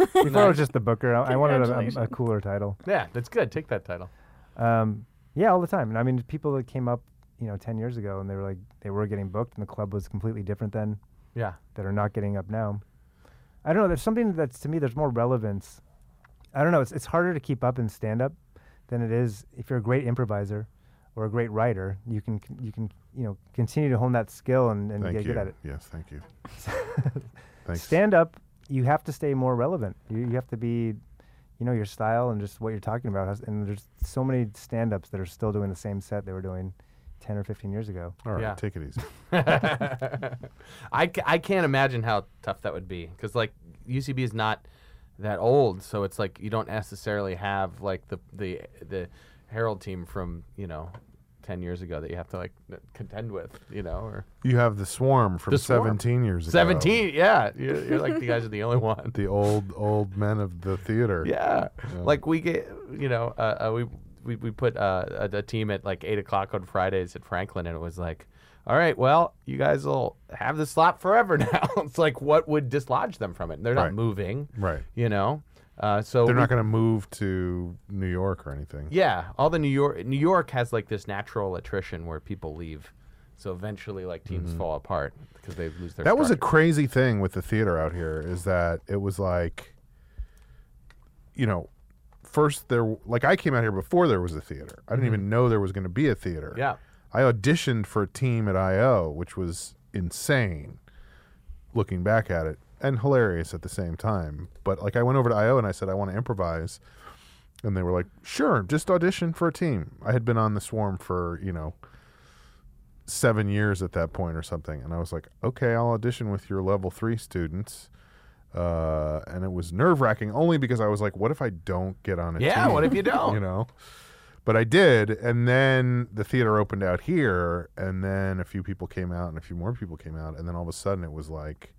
(laughs)
one.
Before I was just the booker. I, I wanted a- a, a
Congratulations.
cooler title.
yeah, that's good. Take that title.
Um, yeah, all the time. And I mean, people that came up, you know, ten years ago, and they were like, they were getting booked, and the club was completely different then.
Yeah.
that are not getting up now. I don't know. There's something that's to me. There's more relevance. I don't know. It's it's harder to keep up in stand up than it is if you're a great improviser or a great writer. You can c- you can you know continue to hone that skill and, and
Thank
get
you.
good at it.
Yes, thank
(laughs)
you. Thanks.
Stand up, you have to stay more relevant. You you have to be, you know, your style and just what you're talking about. has- And there's so many stand ups that are still doing the same set they were doing. 10 or 15 years ago.
all right,
Yeah.
take it easy.
(laughs) I, ca- I can't imagine how tough that would be because like UCB is not that old, so it's like you don't necessarily have like the the the Herald team from you know. 10 years ago that you have to like n- contend with, you know, or
You have the swarm from
The Swarm.
17 years ago.
17. Yeah. You're, you're like, the guys are the
(laughs)
only one.
The old, old men of the theater.
Yeah. Like we get, you know, uh, uh, we, we we put uh, a, a team at like eight o'clock on Fridays at Franklin, and it was like, all right, well, you guys will have this slot forever (laughs) now. it's like, what would dislodge them from it? They're not
Right.
moving,
Right.
you know? Uh, so
They're
we-
not going to move to New York or anything.
yeah, all the New York New York has like this natural attrition where people leave, so eventually like teams fall apart because they lose
Mm-hmm.
their.
That was a
structure.
crazy thing with the theater out here is that it was like, you know, first there, like I came out here before there was a theater. I didn't
Mm-hmm.
even know there was going to be a theater.
yeah.
I auditioned for a team at IO, which was insane looking back at it and hilarious at the same time. But like I went over to IO and I said, I want to improvise. And they were like, sure, just audition for a team. I had been on the swarm for, you know, seven years at that point or something. And I was like, okay, I'll audition with your level three students. Uh, and it was nerve wracking only because I was like, what if I don't get on a team?
Yeah, what if you
(laughs)
don't?
you know? But I did, and then the theater opened out here, and then a few people came out, and a few more people came out, and then all of a sudden it was like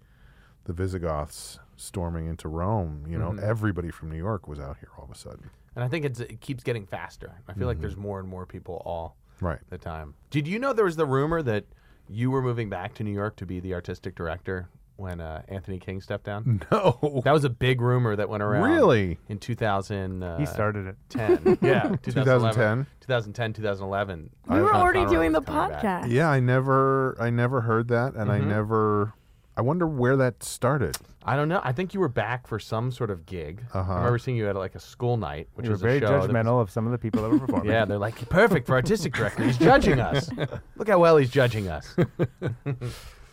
the Visigoths storming into Rome. You know, everybody from New York was out here all of a sudden.
And I think it's, it keeps getting faster. I feel like there's more and more people all
Right.
the time. Did you know there was the rumor that you were moving back to New York to be the artistic director when uh, Anthony King stepped down?
(laughs) No.
That was a big rumor that went around.
Mm. Really?
In 2000. Uh,
He started it.
10. (laughs) Yeah, 2011.
2010?
2010, 2011.
We were
Sean
already
Connery
doing the
was coming back.
podcast.
Yeah, I never, I never heard that, and I never. I wonder where that started.
I don't know. I think you were back for some sort of gig. I remember seeing you at like a school night, which
You were
was
very
a show that was-
judgmental of some of the people
(laughs)
that were performing.
yeah, they're like perfect for artistic director. He's judging us. Look how well he's judging us.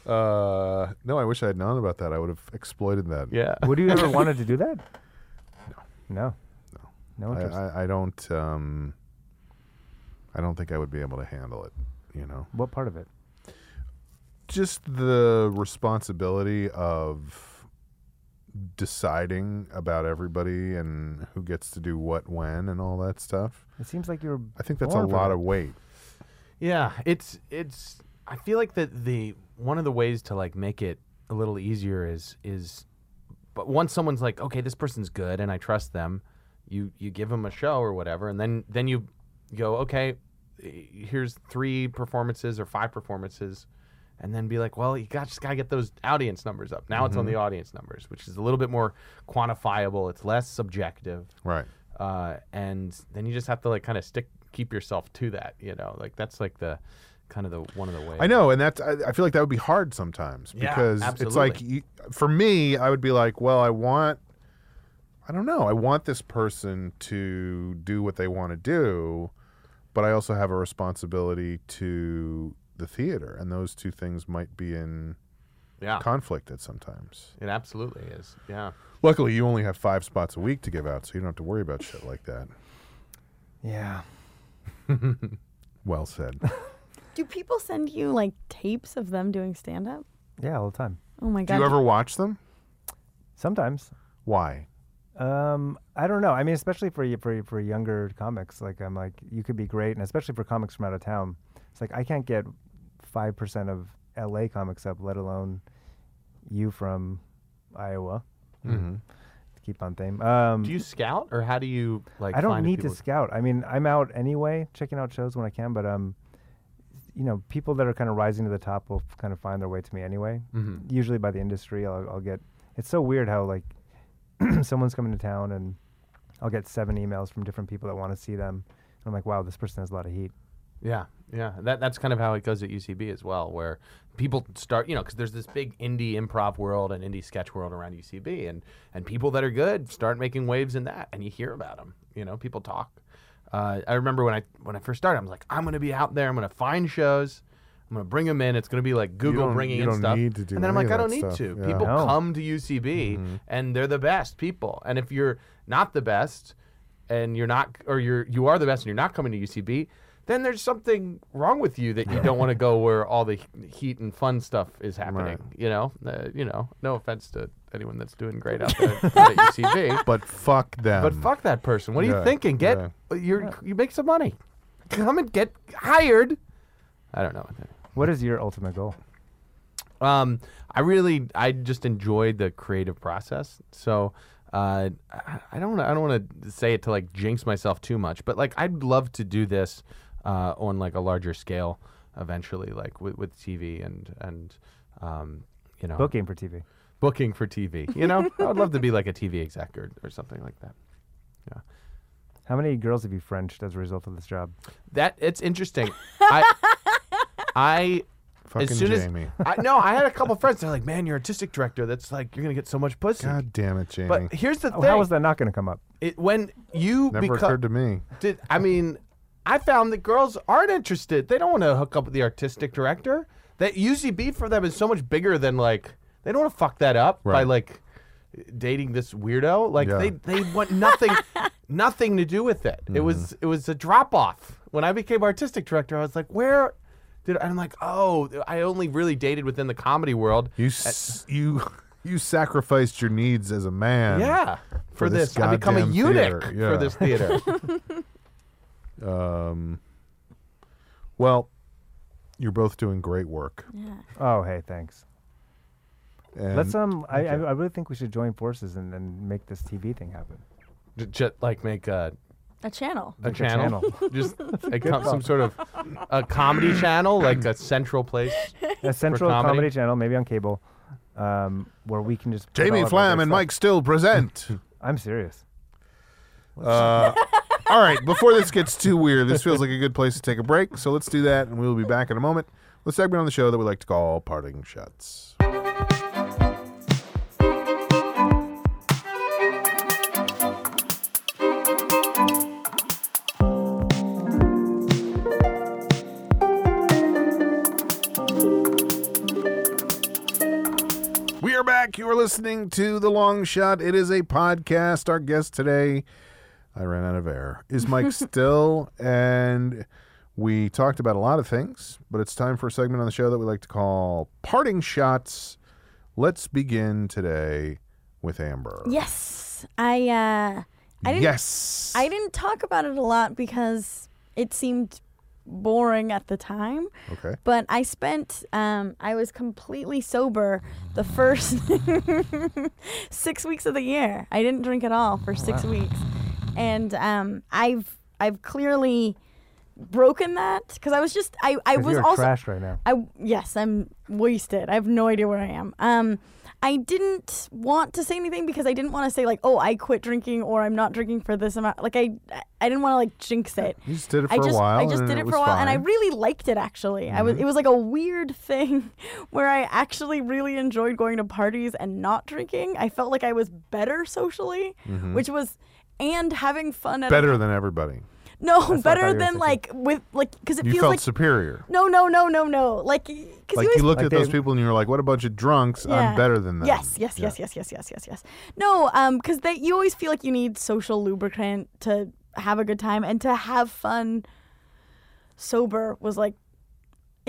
Uh, no, I wish I had known about that. I would have exploited that.
Yeah.
Would you ever wanted to do that? (laughs) No. No.
I,
No interest.
I, I don't. Um, I don't think I would be able to handle it. You know.
what part of it?
just the responsibility of deciding about everybody and who gets to do what when and all that stuff.
It seems like you're.
I think that's a lot of weight.
Yeah, it's it's. I feel like that the one of the ways to like make it a little easier is is, but once someone's like, okay, this person's good and I trust them, you you give them a show or whatever, and then then you go, okay, eh, here's three performances or five performances, and then be like, well, you got just gotta get those audience numbers up. Now it's on the audience numbers, which is a little bit more quantifiable. It's less subjective
Right.
uh, and then you just have to like kind of stick keep yourself to that you know like that's like the kind of the one of the ways
I know, and that's. I, I feel like that would be hard sometimes
Yeah,
because it's like, you, for me, I would be like, well, I want, I don't know, I want this person to do what they want to do, but I also have a responsibility to the theater, and those two things might be in
yeah
conflict at sometimes.
it absolutely is yeah
Luckily, you only have five spots a week to give out, so you don't have to worry about shit like that.
Yeah.
Well
(laughs)
said.
Do people send you like tapes of them doing stand up?
Yeah, all the time.
Oh my
Do
god.
you ever watch them?
Sometimes.
Why?
Um, I don't know. I mean, especially for y- for for younger comics, like I'm like you could be great, and especially for comics from out of town, it's like I can't get five percent of L.A. comics up, let alone you from Iowa.
Mm-hmm.
To keep on theme. Um,
do you scout or how do you like
I don't
find if
need to
people-
scout. I mean, I'm out anyway, checking out shows when I can, but um, you know, people that are kind of rising to the top will kind of find their way to me anyway.
Mm-hmm.
Usually by the industry, I'll, I'll get. It's so weird how like (clears throat) someone's coming to town and I'll get seven emails from different people that want to see them. And I'm like, wow, this person has a lot of heat.
yeah yeah that, that's kind of how it goes at ucb as well where people start you know because there's this big indie improv world and indie sketch world around ucb and and people that are good start making waves in that and you hear about them you know people talk uh, i remember when i when i first started i was like i'm gonna be out there i'm gonna find shows I'm gonna bring them in. It's gonna be like Google
don't-
bringing
you
in
don't
stuff,
need to do
and then I'm
any
like,
of
I
that
don't need
stuff.
to.
Yeah.
People
No.
come to UCB,
Mm-hmm.
and they're the best people. And if you're not the best, and you're not, or you're you are the best, and you're not coming to UCB, then there's something wrong with you that you don't want to go where all the he- heat and fun stuff is happening. You know, uh, you know. No offense to anyone that's doing great out
(laughs)
there at UCB,
But fuck them.
but fuck that person. What are
Um, Yeah,
you thinking? Get you're, you make some money. Come and get hired. I don't know. what that-
What is your ultimate goal?
um, I really, I just enjoyed the creative process. So uh, I, I don't, I don't want to say it to like jinx myself too much, but like I'd love to do this uh, on like a larger scale. eventually, like with, with TV and and um, you know
Booking for TV.
booking for TV. You know, I would love to be like a TV exec or, or something like that. Yeah,
How many girls have you Frenched as a result of this job?
that it's interesting. I I
Fucking
as soon
Jamie.
as I no, I had a couple friends. They're like, man, you're artistic director. That's like you're gonna get so much pussy.
God damn it, Jamie.
But here's the
Oh,
thing:
how was that not going to come up?
It, when you
Never
become
occurred to me.
Did I mean? I found that girls aren't interested. They don't want to hook up with the artistic director. That UCB for them is so much bigger than like they don't want to fuck that up by
Right.
like dating this weirdo. Like
Yeah.
they they
(laughs)
want nothing nothing to do with it. It
Mm-hmm.
was it was a drop off. When I became artistic director, I was like, where did and I'm like, oh, I only really dated within the comedy world.
You s- you (laughs) you sacrificed your needs as a man.
Yeah, for,
for this
this, I become a
goddamn
eunuch
theater,
for
yeah. (laughs)
this theater.
Well, you're both doing great work.
Yeah.
Oh, hey, thanks.
And
Let's um. I, I I really think we should join forces and, and make this TV thing happen.
J- Just like make a
A channel.
a
Like a
channel, (laughs) just a com- some sort of a comedy channel, like a central place.
A central
comedy?
comedy channel, maybe on cable, um, where we can just. put all
Jamie
of our
Flam
great
and
stuff-
Mike Still
(laughs)
present.
I'm serious.
Uh, all right, before this gets too weird, this feels like a good place to take a break. So let's do that, and we'll be back in a moment with a segment on the show that we like to call Parting Shots. We are back. You are listening to The Long Shot. It is a podcast. Our guest today I ran out of air. Is
(laughs)
Mike still? And we talked about a lot of things, but it's time for a segment on the show that we like to call Parting Shots. Let's begin today with Amber.
Yes. I uh I didn't
yes.
I didn't talk about it a lot because it seemed boring at the time.
Okay.
But I spent, um, I was completely sober the first (laughs) six weeks of the year. I didn't drink at all for six weeks, and um, I've I've clearly broken that because I was just I I
'Cause
was
you're
also
trashed right now.
I yes, I'm wasted. I have no idea where I am. Um, I didn't want to say anything because I didn't want to say like, oh, I quit drinking or I'm not drinking for this amount. Like I, I didn't want to like jinx it.
You just did it for
I just
a while.
I just
and
did it,
was
for a while, and I
fine. Mm-hmm.
really liked it actually. I was it was like a weird (laughs) thing where I actually really enjoyed going to parties and not drinking. I felt like I was better socially, which was and having fun at
Mm-hmm. better than everybody.
no
what I thought you
better
were
than
thinking.
like with like because it
You
feels
felt
like
superior.
no no no no no like because
Like you looked
Like
at those
they-
people and you were like, "What a bunch of drunks!
Yeah.
I'm better than them."
Yes, yes,
Yeah.
yes, yes, yes, yes, yes, yes. No, um, because they you always feel like you need social lubricant to have a good time and to have fun. Sober was like,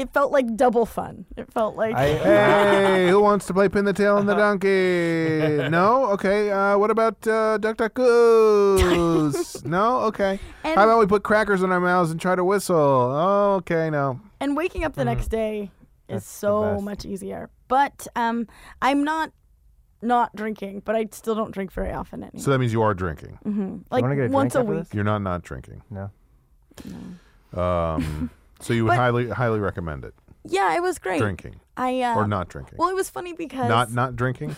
it felt like double fun. It felt (laughs) like (laughs)
Hey, who wants to play pin the tail on the donkey? No? Okay. Uh, what about uh, Duck Duck Goose? no? Okay.
And-
How about we put crackers in our mouths and try to whistle? Oh, okay, no.
and waking up the next day is
Mm-hmm. That's the
so
best.
much easier. But um, I'm not not drinking, but I still don't drink very often anymore.
So that means you are drinking.
Mm-hmm. like
wanna get a drink
once a
after
week.
this?
You're not not drinking.
No.
(laughs)
Um, so you would
But-
highly highly recommend it.
Yeah, it was great.
Drinking
I uh,
or not drinking.
Well, it was funny because
not not drinking.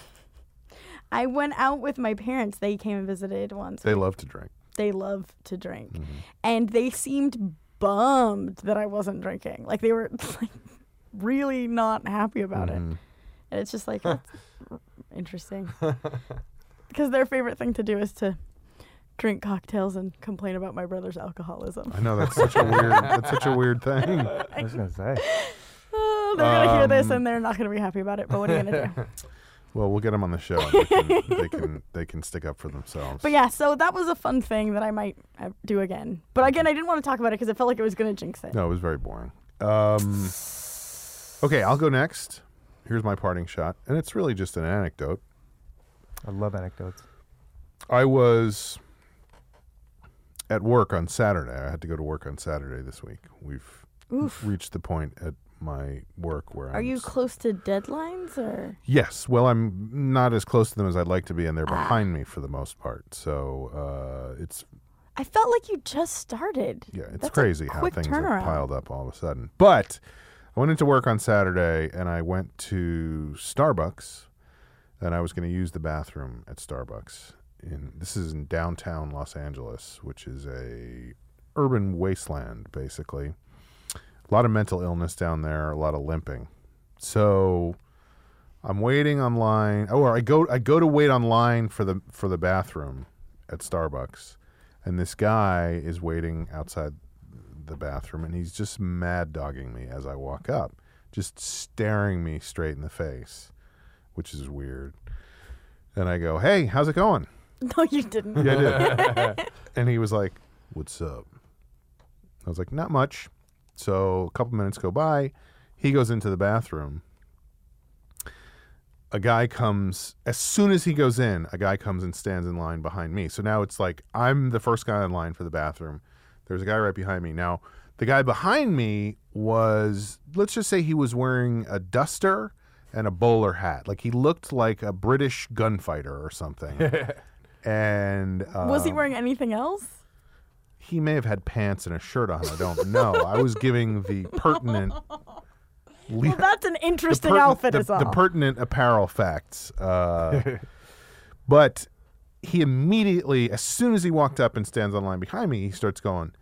I went out with my parents. They came and visited once.
They love to drink.
they love to drink
Mm-hmm.
and they seemed bummed that i wasn't drinking like they were (laughs) like really not happy about
Mm-hmm. Mm,
it and it's
(laughs)
just like that's r- interesting because their favorite thing to do is to drink cocktails and complain about my brother's
(laughs)
alcoholism
I know that's such a weird that's such a weird
(laughs)
thing.
I was gonna say.
oh, they're gonna hear this
Um,
and they're not gonna be happy about it but what are you gonna
(laughs)
do
Well, we'll get them on the show. And they, can, they can they can stick up for themselves.
but yeah so that was a fun thing that i might uh, do again but again i didn't want to talk about it because it felt like it was gonna jinx it
No, it was very boring. Um, okay, I'll go next. Here's my parting shot, and it's really just an anecdote.
I love anecdotes.
I was at work on Saturday. I had to go to work on Saturday this week. We've reached the point at my work where
are
I'm
you
s-
close to deadlines or
Yes. Well,
Ah.
I'm not as close to them as I'd like to be, and they're behind me for the most part. So uh, it's
I felt like you just started.
Yeah, it's
That's a
crazy how
quick
things
turnaround.
have piled up all of a sudden. But I went into work on Saturday and I went to Starbucks and I was going to use the bathroom at Starbucks. In this is in downtown Los Angeles, which is a urban wasteland basically. A lot of mental illness down there, a lot of limping. So I'm waiting online. Oh, I go I go to wait online for the for the bathroom at Starbucks, and this guy is waiting outside the bathroom, and he's just mad dogging me as I walk up, just staring me straight in the face, which is weird. And I go, "Hey, how's it going?"
(laughs) No, you didn't.
Yeah, I did. and he was like, "What's up?" I was like, "Not much." So a couple minutes go by. He goes into the bathroom. A guy comes as soon as he goes in. A guy comes and stands in line behind me. So now it's like I'm the first guy in line for the bathroom. There's a guy right behind me. Now the guy behind me was let's just say he was wearing a duster and a bowler hat. Like he looked like a British gunfighter or (laughs) something. and um,
Was he wearing anything else?
he may have had pants and a shirt on. I don't know. I was giving the pertinent. le-
Well, that's an
the
interesting
pertin-
outfit
the-
as well.
The pertinent apparel facts. Uh, (laughs) but he immediately, as soon as he walked up and stands on line behind me, he starts going,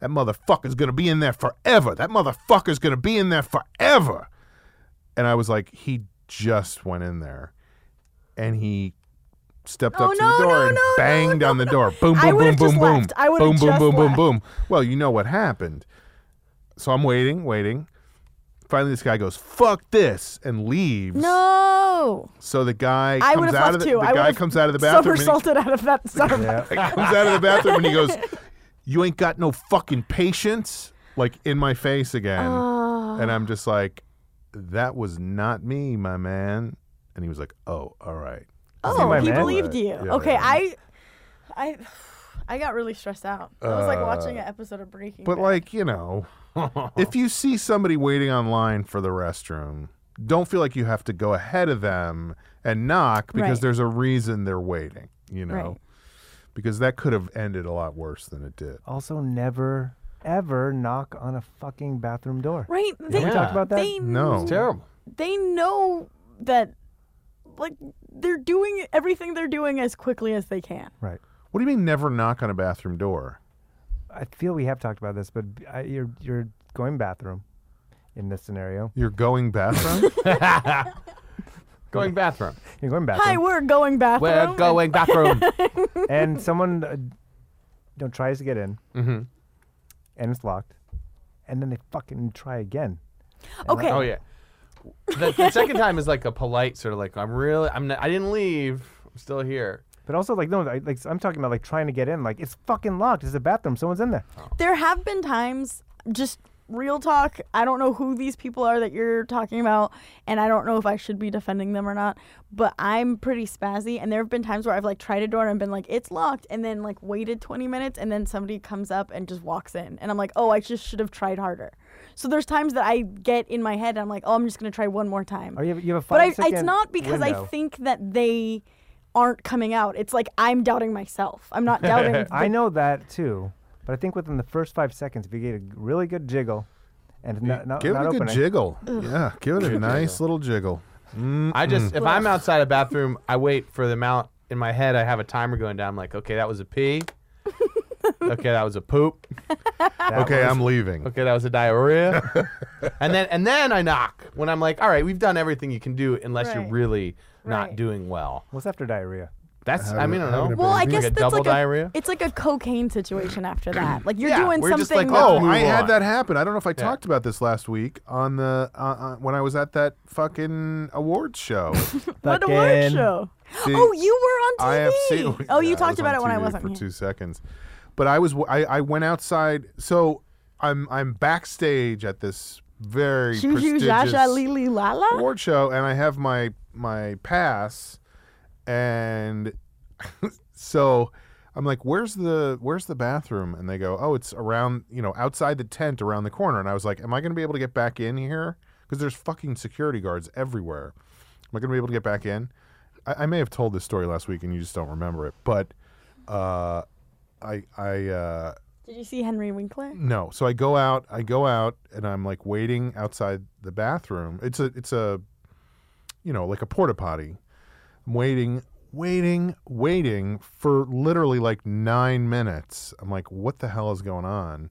That motherfucker's going to be in there forever. That motherfucker's going to be in there forever. And I was like, He just went in there. And he stepped up
Oh,
to
no,
the door
no,
and
no, no,
banged on the door. Boom,
I
boom, boom,
would've
boom,
just
boom.
left. I would've
boom, boom,
just
boom, boom,
left.
boom. Well, you know what happened. So I'm waiting, waiting. Finally, this guy goes, "Fuck this," and leaves.
no,
So the guy
I
comes
would have
out
left
of the,
too.
the
I
guy
would've
comes
(laughs)
out of the bathroom. and he-
somersaulted out of that Starbucks.
(laughs)
Yeah.
comes out of the bathroom and he
(laughs)
goes, "You ain't got no fucking patience," like in my face again.
Oh,
And I'm just like, "That was not me, my man." And he was like, "Oh, all right."
Oh,
my
he
man.
believed you.
Yeah,
okay,
yeah.
I, I, I got really stressed out. It was like watching an episode of Breaking.
Uh, But
Bad.
like, you know, if you see somebody waiting online for the restroom, don't feel like you have to go ahead of them and knock because
Right.
there's a reason they're waiting, you know.
Right.
Because that could have ended a lot worse than it did.
Also, never, ever knock on a fucking bathroom door.
right? They,
we
Talk
talked
about that.
they
No.
Terrible.
they know that, like they're doing everything they're doing as quickly as they can.
Right.
What do you mean never knock on a bathroom door?
I feel we have talked about this, but I, you're you're going bathroom in this scenario.
You're going bathroom?
Going
(laughs)
bathroom.
You're
Hi,
going bathroom,
we're going bathroom.
We're
and-
(laughs)
going bathroom.
and someone uh, you know tries to get in,
Mm-hmm.
Mhm.
and it's locked, and then they fucking try again.
Okay.
Oh yeah. The, the second time is like a polite sort of like I'm really I'm not, I didn't leave. I'm still here.
But also, like, no, I, like I'm talking about like trying to get in. Like, it's fucking locked. It's a bathroom. Someone's in there.
Oh.
There have been times, just real talk. I don't know who these people are that you're talking about, and I don't know if I should be defending them or not. But I'm pretty spazzy, and there have been times where I've like tried a door and been like, it's locked, and then like waited 20 minutes, and then somebody comes up and just walks in, and I'm like, oh, I just should have tried harder. So there's times that I get in my head, and I'm like, oh, I'm just gonna try one more time.
Or you have, you have a
but I,
five
it's not because I think that they aren't coming out. It's like I'm doubting myself. I'm not doubting. the-
(laughs) I know that too, but I think within the first five seconds, if you get a really good jiggle, and not, not,
give it
not
a good
opening,
jiggle. Yeah, give it a nice little jiggle.
I just if I'm outside a bathroom, I wait for the amount in my head. I have a timer going down. I'm like, okay, that was
(laughs)
a pee. okay, that was a poop.
that
Okay,
was-
I'm leaving.
Okay, that was a diarrhea. and then and then I knock when I'm like, all right, we've done everything you can do unless you're
Right.
really not
Right.
doing well.
What's after diarrhea?
That's I mean I
Having
don't
a
know.
bad
Well, I
Like
guess
a
that's
double
like
diarrhea?
a it's like a cocaine situation
(clears throat)
after that. Like you're
Yeah,
doing
we're
something.
just like,
that-
Oh, I
move
had
on.
that happen. I don't know if I talked about this last week on the uh, uh, when I was at that fucking awards show.
what a word
Fucking-
show!
See,
oh, you were on TV.
I have seen. (laughs)
oh,
Yeah,
you
I
talked
was
about
on
it when I
TV
wasn't
for
here.
two seconds, but I was I, I went outside. So I'm I'm backstage at this very
Shoo, shoo,
prestigious
(laughs) zha, zha, li, li, la, la.
award show, and I have my my pass, and (laughs) so I'm like, "Where's the Where's the bathroom?" And they go, "Oh, it's around you know outside the tent around the corner." And I was like, "Am I going to be able to get back in here? Because there's fucking security guards everywhere. Am I going to be able to get back in?" I, I may have told this story last week, and you just don't remember it, but. Uh, I I uh,
Did you see Henry Winkler?
no. So I go out. I go out, and I'm like waiting outside the bathroom. It's a it's a, you know, like a porta potty. I'm waiting, waiting, waiting for literally like nine minutes. I'm like, what the hell is going on?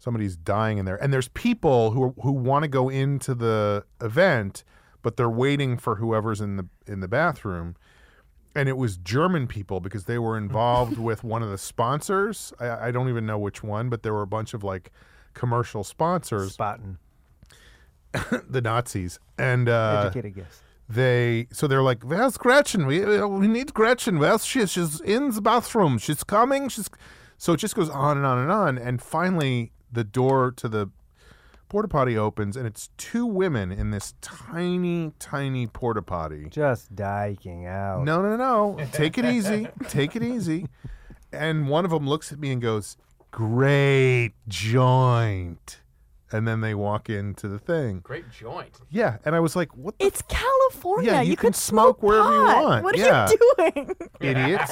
Somebody's dying in there, and there's people who who want to go into the event, but they're waiting for whoever's in the in the bathroom. and it was German people because they were involved with one of the sponsors. I, I don't even know which one, but there were a bunch of like commercial sponsors,
Spotting.
the Nazis, and uh,
Educated guess.
they so they're like, "Where's Gretchen? We we need Gretchen. Where's she? She's in the bathroom. She's coming. She's." So it just goes on and on and on, and finally the door to the porta potty opens, and it's two women in this tiny, tiny porta potty.
Just dyking out.
No, no, no. Take it easy. Take it easy. And one of them looks at me and goes, Great joint. And then they walk into the thing.
Great
(laughs)
joint.
Yeah. And I was like, What the
It's California.
Yeah, you can
could smoke,
smoke wherever you
pot.
want.
What
Yeah.
are you
(laughs)
doing? (laughs)
idiots?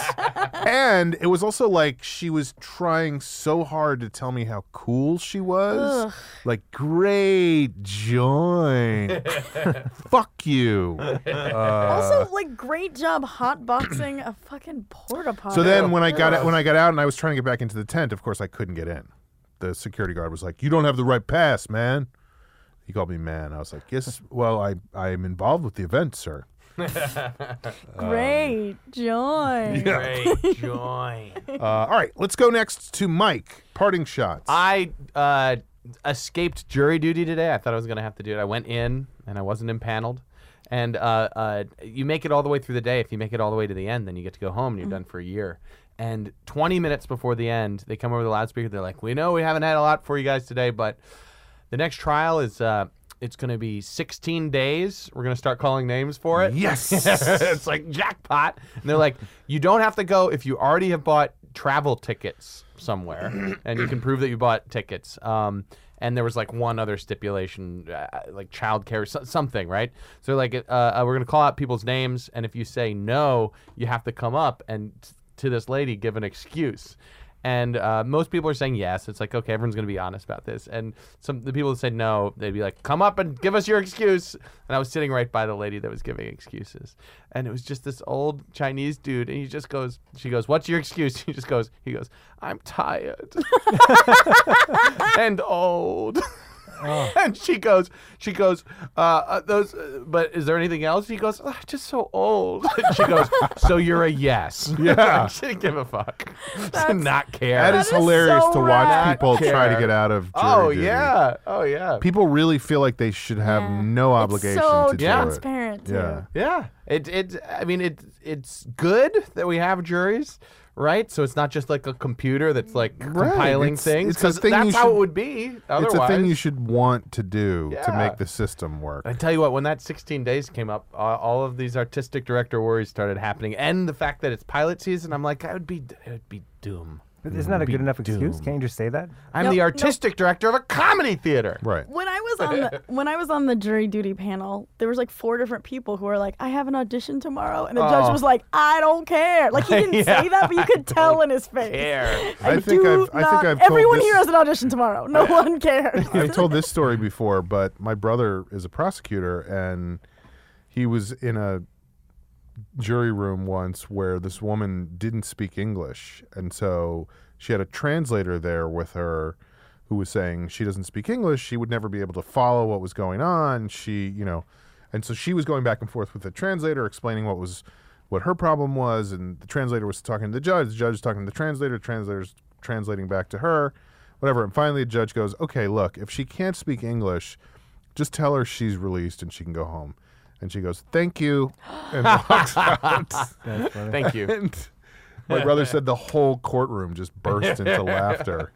and it was also like she was trying so hard to tell me how cool she was.
Ugh.
Like, great
(laughs)
joint. Fuck you. Uh,
also, like, great job hotboxing a fucking porta potty.
So then when I got out, when I got out and I was trying to get back into the tent, of course I couldn't get in. The security guard was like, "You don't have the right pass, man." He called me man. I was like, "Yes, well, I I am involved with the event,
(laughs)
sir."
great
(laughs)
joy.
Great joint.
Uh, all right, let's go next to Mike. Parting shots.
I uh, escaped jury duty today. I thought I was going to have to do it. I went in and I wasn't impaneled. And uh, uh, you make it all the way through the day. If you make it all the way to the end, then you get to go home and you're done for a year. And 20 minutes before the end, they come over the loudspeaker. They're like, "We know we haven't had a lot for you guys today, but the next trial is uh, it's going to be 16 days. We're going to start calling names for it."
yes.
it's like jackpot. And they're like, you don't have to go if you already have bought travel tickets somewhere, and you can prove that you bought tickets. Um, and there was like one other stipulation, uh, like childcare, so- something, right? So like, uh, uh, we're gonna call out people's names, and if you say no, you have to come up and t- to this lady give an excuse. And uh, most people are saying yes. It's like okay, everyone's gonna be honest about this. And some the people that said no, they'd be like, "Come up and give us your excuse." And I was sitting right by the lady that was giving excuses, and it was just this old Chinese dude, and he just goes, "She goes, what's your excuse?" (laughs) He just goes, "He goes, I'm tired (laughs) and old."
Ah.
(laughs) And she goes, she goes, uh, uh, those. Uh, but is there anything else? He goes, "Ah, just so old. (laughs) And she goes, so you're
(laughs)
a yes. (laughs)
Yeah.
she didn't give a fuck. (laughs) She
That's-
did not care.
that
That
is
is
hilarious
so
to watch
rad.
people try to
Care.
get out of. Jury
(laughs) oh
duty.
yeah, oh yeah,
People really feel like they should have
Yeah.
no obligation
it's so
to do it.
transparent. too.
Yeah.
yeah. It it. I mean, it it's good that we have juries, right? So it's not just like a computer that's like compiling
It's-
things.
it's a
'cause
thing you
that's how
should-
it would be.
It's
Otherwise,
a thing you should want to do to
Yeah.
make the system work.
I tell you what, when that 16 days came up, uh, all of these artistic director worries started happening, and the fact that it's pilot season, I'm like, I would be, it would be doom.
But Isn't that a
Be
good enough excuse?
doomed.
Can't you just say that?
I'm
No,
the
no.
artistic director of a comedy theater.
Right.
When I was on the when I was on the jury duty panel, there was like four different people who were like, "I have an audition tomorrow," and the
Oh.
judge was like, "I don't care." Like he didn't
Yeah,
say that, but you could tell in his
(laughs)
face.
Care.
I think
do
I've- I think
not-
I've told
everyone
this-
here has an audition tomorrow. No one cares.
I've told this story before, but my brother is a prosecutor, and he was in a jury room once where this woman didn't speak English, and so she had a translator there with her who was saying she doesn't speak English, she would never be able to follow what was going on. She, you know, and so she was going back and forth with the translator, explaining what was what her problem was, and the translator was talking to the judge, the judge was talking to the translator, the translator's translating back to her, whatever. And finally, the judge goes, "Okay, look, if she can't speak English, just tell her she's released and she can go home." And she goes, "Thank you," and walks out.
That's funny.
Thank (laughs) you.
And
(laughs)
my brother said the whole courtroom just burst into laughter.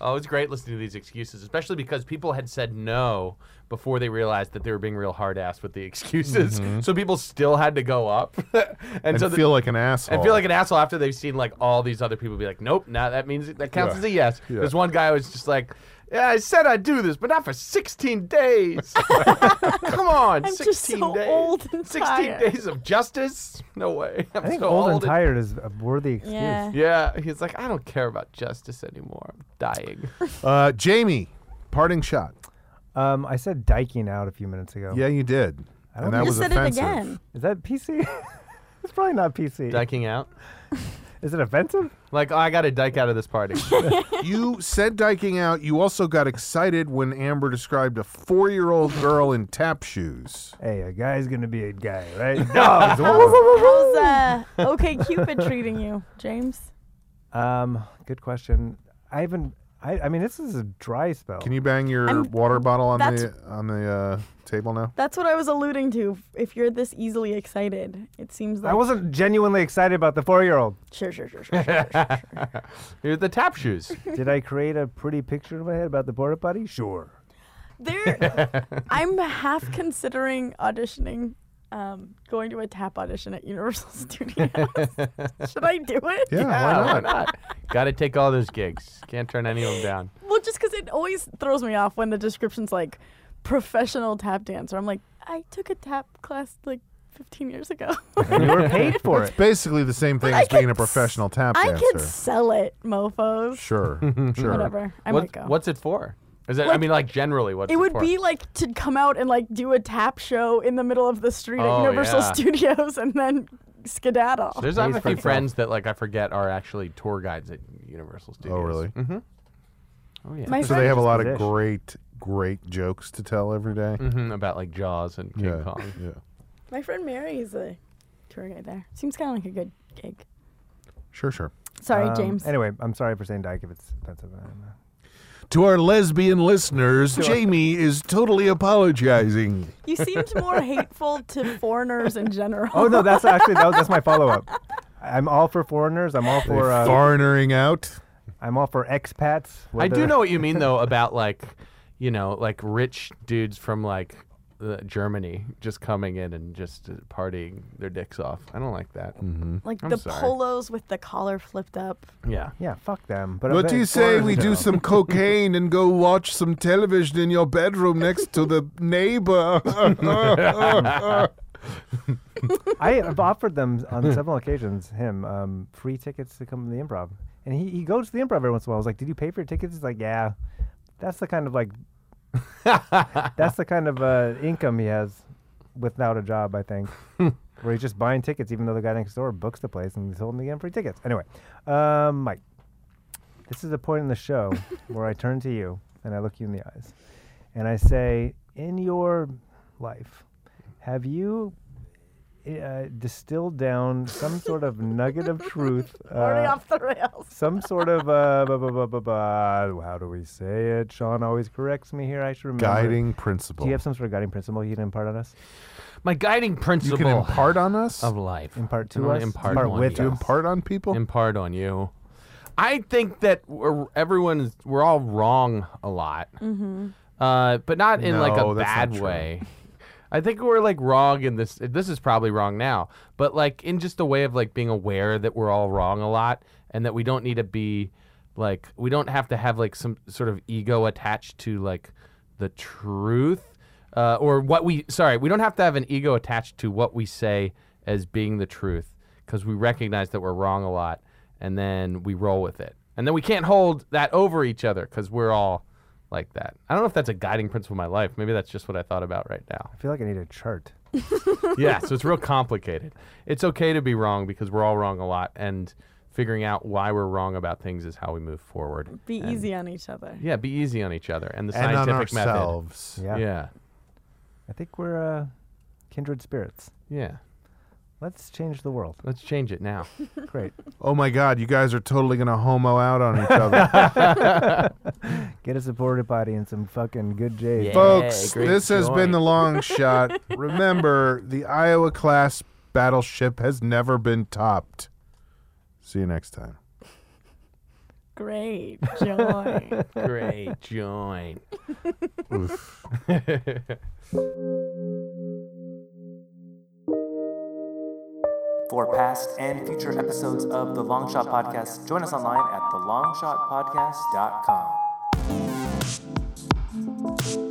Oh, it's great listening to these excuses, especially because people had said no before they realized that they were being real hard ass with the (laughs) excuses. So people still had to go up, (laughs) and,
Mm-hmm. And
so the-
feel like an asshole.
And
Oh.
feel like an asshole after they've seen like all these other people be like, nope, now that means that counts
Yeah.
as a yes.
Yeah.
This one guy was just like, Yeah, I said I'd do this, but not for
(laughs)
16 days. Come on,
I'm
16
just so
days.
old and
16
tired.
days of justice? No way. I'm
I think
so
old, and
old
tired is a worthy
(laughs)
excuse.
Yeah.
Yeah, he's like, I don't care about justice anymore. I'm
(laughs)
dying.
Uh, Jamie, parting shot.
Um, I said diking out a few minutes ago.
Yeah, you did.
I
and
don't think-
that
You
was
Just said
offensive.
it again.
Is that PC? (laughs) it's probably not PC.
Diking out.
Is it offensive?
Like, oh, I got to dike out of
(laughs)
this party.
(laughs)
You said diking out. You also got excited when Amber described a four-year-old girl in tap shoes.
Hey, a guy's gonna be a guy,
(laughs)
right? Dogs. woo, woo,
How's
woo,
uh, OK Cupid treating you, James?
woo. um, good question. I haven't. I, I mean, this is a dry spell.
Can you bang your
I'm-
water bottle on the
that's-
on the uh, table now?
That's what I was alluding to. If you're this easily excited, it seems like
I wasn't genuinely excited about
(laughs)
the four-year-old.
sure, sure, sure, sure, sure, sure.
You're the tap shoes.
Did I create a pretty picture in my head about the porta potty? Sure.
There, I'm half considering auditioning, um, going to a tap audition at Universal (laughs) Studios. Should I do it?
Yeah,
Yeah,
why not?
got to take all those gigs. Can't turn any of them down.
Well, just because it always throws me off when the description's like professional tap dancer. I'm like, I took a tap class like 15 years ago.
And you were
(laughs)
paid for it.
Basically the same thing
I
as being
could
a professional tap
I
dancer.
could sell it, mofos. (laughs)
Sure, sure.
Whatever. I
What-
might go.
What's it for? Is it? I
Like,
mean, like generally, what's it,
It would
for?
be like to come out and like do a tap show in the middle of the street
Oh,
at Universal
yeah.
Studios and then skedaddle.
There's I have a
Pays for
few
itself.
friends that like I forget are actually tour guides at Universal Studios.
Oh, really?
Mm-hmm. Oh yeah.
My
So they
friend,
have a lot
Just
of
dish.
great, great jokes to tell every day.
hmm About like Jaws and King
Yeah,
Kong.
yeah.
my friend Mary is a tour guide there. Seems kind of like a good gig.
Sure, sure.
Sorry,
Um,
James.
Anyway, I'm sorry for saying dyke if it's
(laughs)
offensive. I don't know.
To our lesbian listeners, Jamie is totally apologizing.
You
(laughs)
seemed more hateful to foreigners in general.
Oh no, that's actually that was, that's my follow-up. I'm all for foreigners. I'm all for uh,
Foreignering out.
I'm all for expats.
I do
whether-
know what you mean though about like, you know, like rich dudes from like uh, Germany just coming in and just uh, partying their dicks off. I don't like that.
(laughs) like
I'm
the
sorry.
polos with the collar flipped up.
Yeah.
Yeah, fuck them. But I'm
What do
very
you say
foreigners
we
in
do
(laughs) general.
some cocaine and go watch some television in your bedroom next to the neighbor?
I have offered them on several occasions him um, free tickets to come to the improv, and he, he goes to the improv every once in a while. I was like, "Did you pay for your tickets?" He's like, "Yeah." That's the kind
(laughs)
of like that's the kind of uh, income he has without a job,
(laughs)
I think, where he's just buying tickets, even though the guy next door books the place and he's holding again free tickets. Anyway, um, Mike, this is a point in
(laughs)
the show where I turn to you and I look you in the eyes, and I say, in your life, have you uh, distilled down some sort of nugget of truth.
(laughs) Already
uh,
off the rails.
some sort of uh, bu- bu- bu- bu- bu- how do we say it? Sean always corrects me here. I should remember.
Guiding principle.
Do you have some sort of guiding principle you can impart on us?
My guiding
You
principle
can impart on us?
of life.
Impart
I
to
wanna
us.
Impart,
Impart
on
with
you.
us.
Impart on people?
impart on you. I think that we're, everyone's we're all wrong a lot, uh, but not in like
No,
a
that's not
bad
true. (laughs)
way. I think we're like wrong in this. This is probably wrong now, but like in just a way of like being aware that we're all wrong a lot, and that we don't need to be like we don't have to have like some sort of ego attached to like the truth uh, or what we. Sorry, we don't have to have an ego attached to what we say as being the truth because we recognize that we're wrong a lot, and then we roll with it, and then we can't hold that over each other because we're all like that. I don't know if that's a guiding principle in my life. Maybe that's just what I thought about right now.
I feel like I need a chart.
yeah, so it's real complicated. It's okay to be wrong because we're all wrong a lot, and figuring out why we're wrong about things is how we move forward.
Be e-, easy on each other.
Yeah, be easy on each other and the
and on
scientific method.
ourselves.
Yeah.
Yeah,
I think we're uh, kindred spirits.
yeah.
Let's change the world.
Let's change it now.
Great.
Oh my God, you guys are totally going to homo out on each other.
Get a supported body and some fucking good J's.
Yeah.
Folks,
great
this has been
joint.
the
(laughs)
long shot. Remember, the Iowa class battleship has never been topped. See you next time.
Great
(laughs)
joy.
Great join.
Oof.
For past and future episodes of the Long Shot Podcast, join us online at thelongshotpodcast.com. Bye.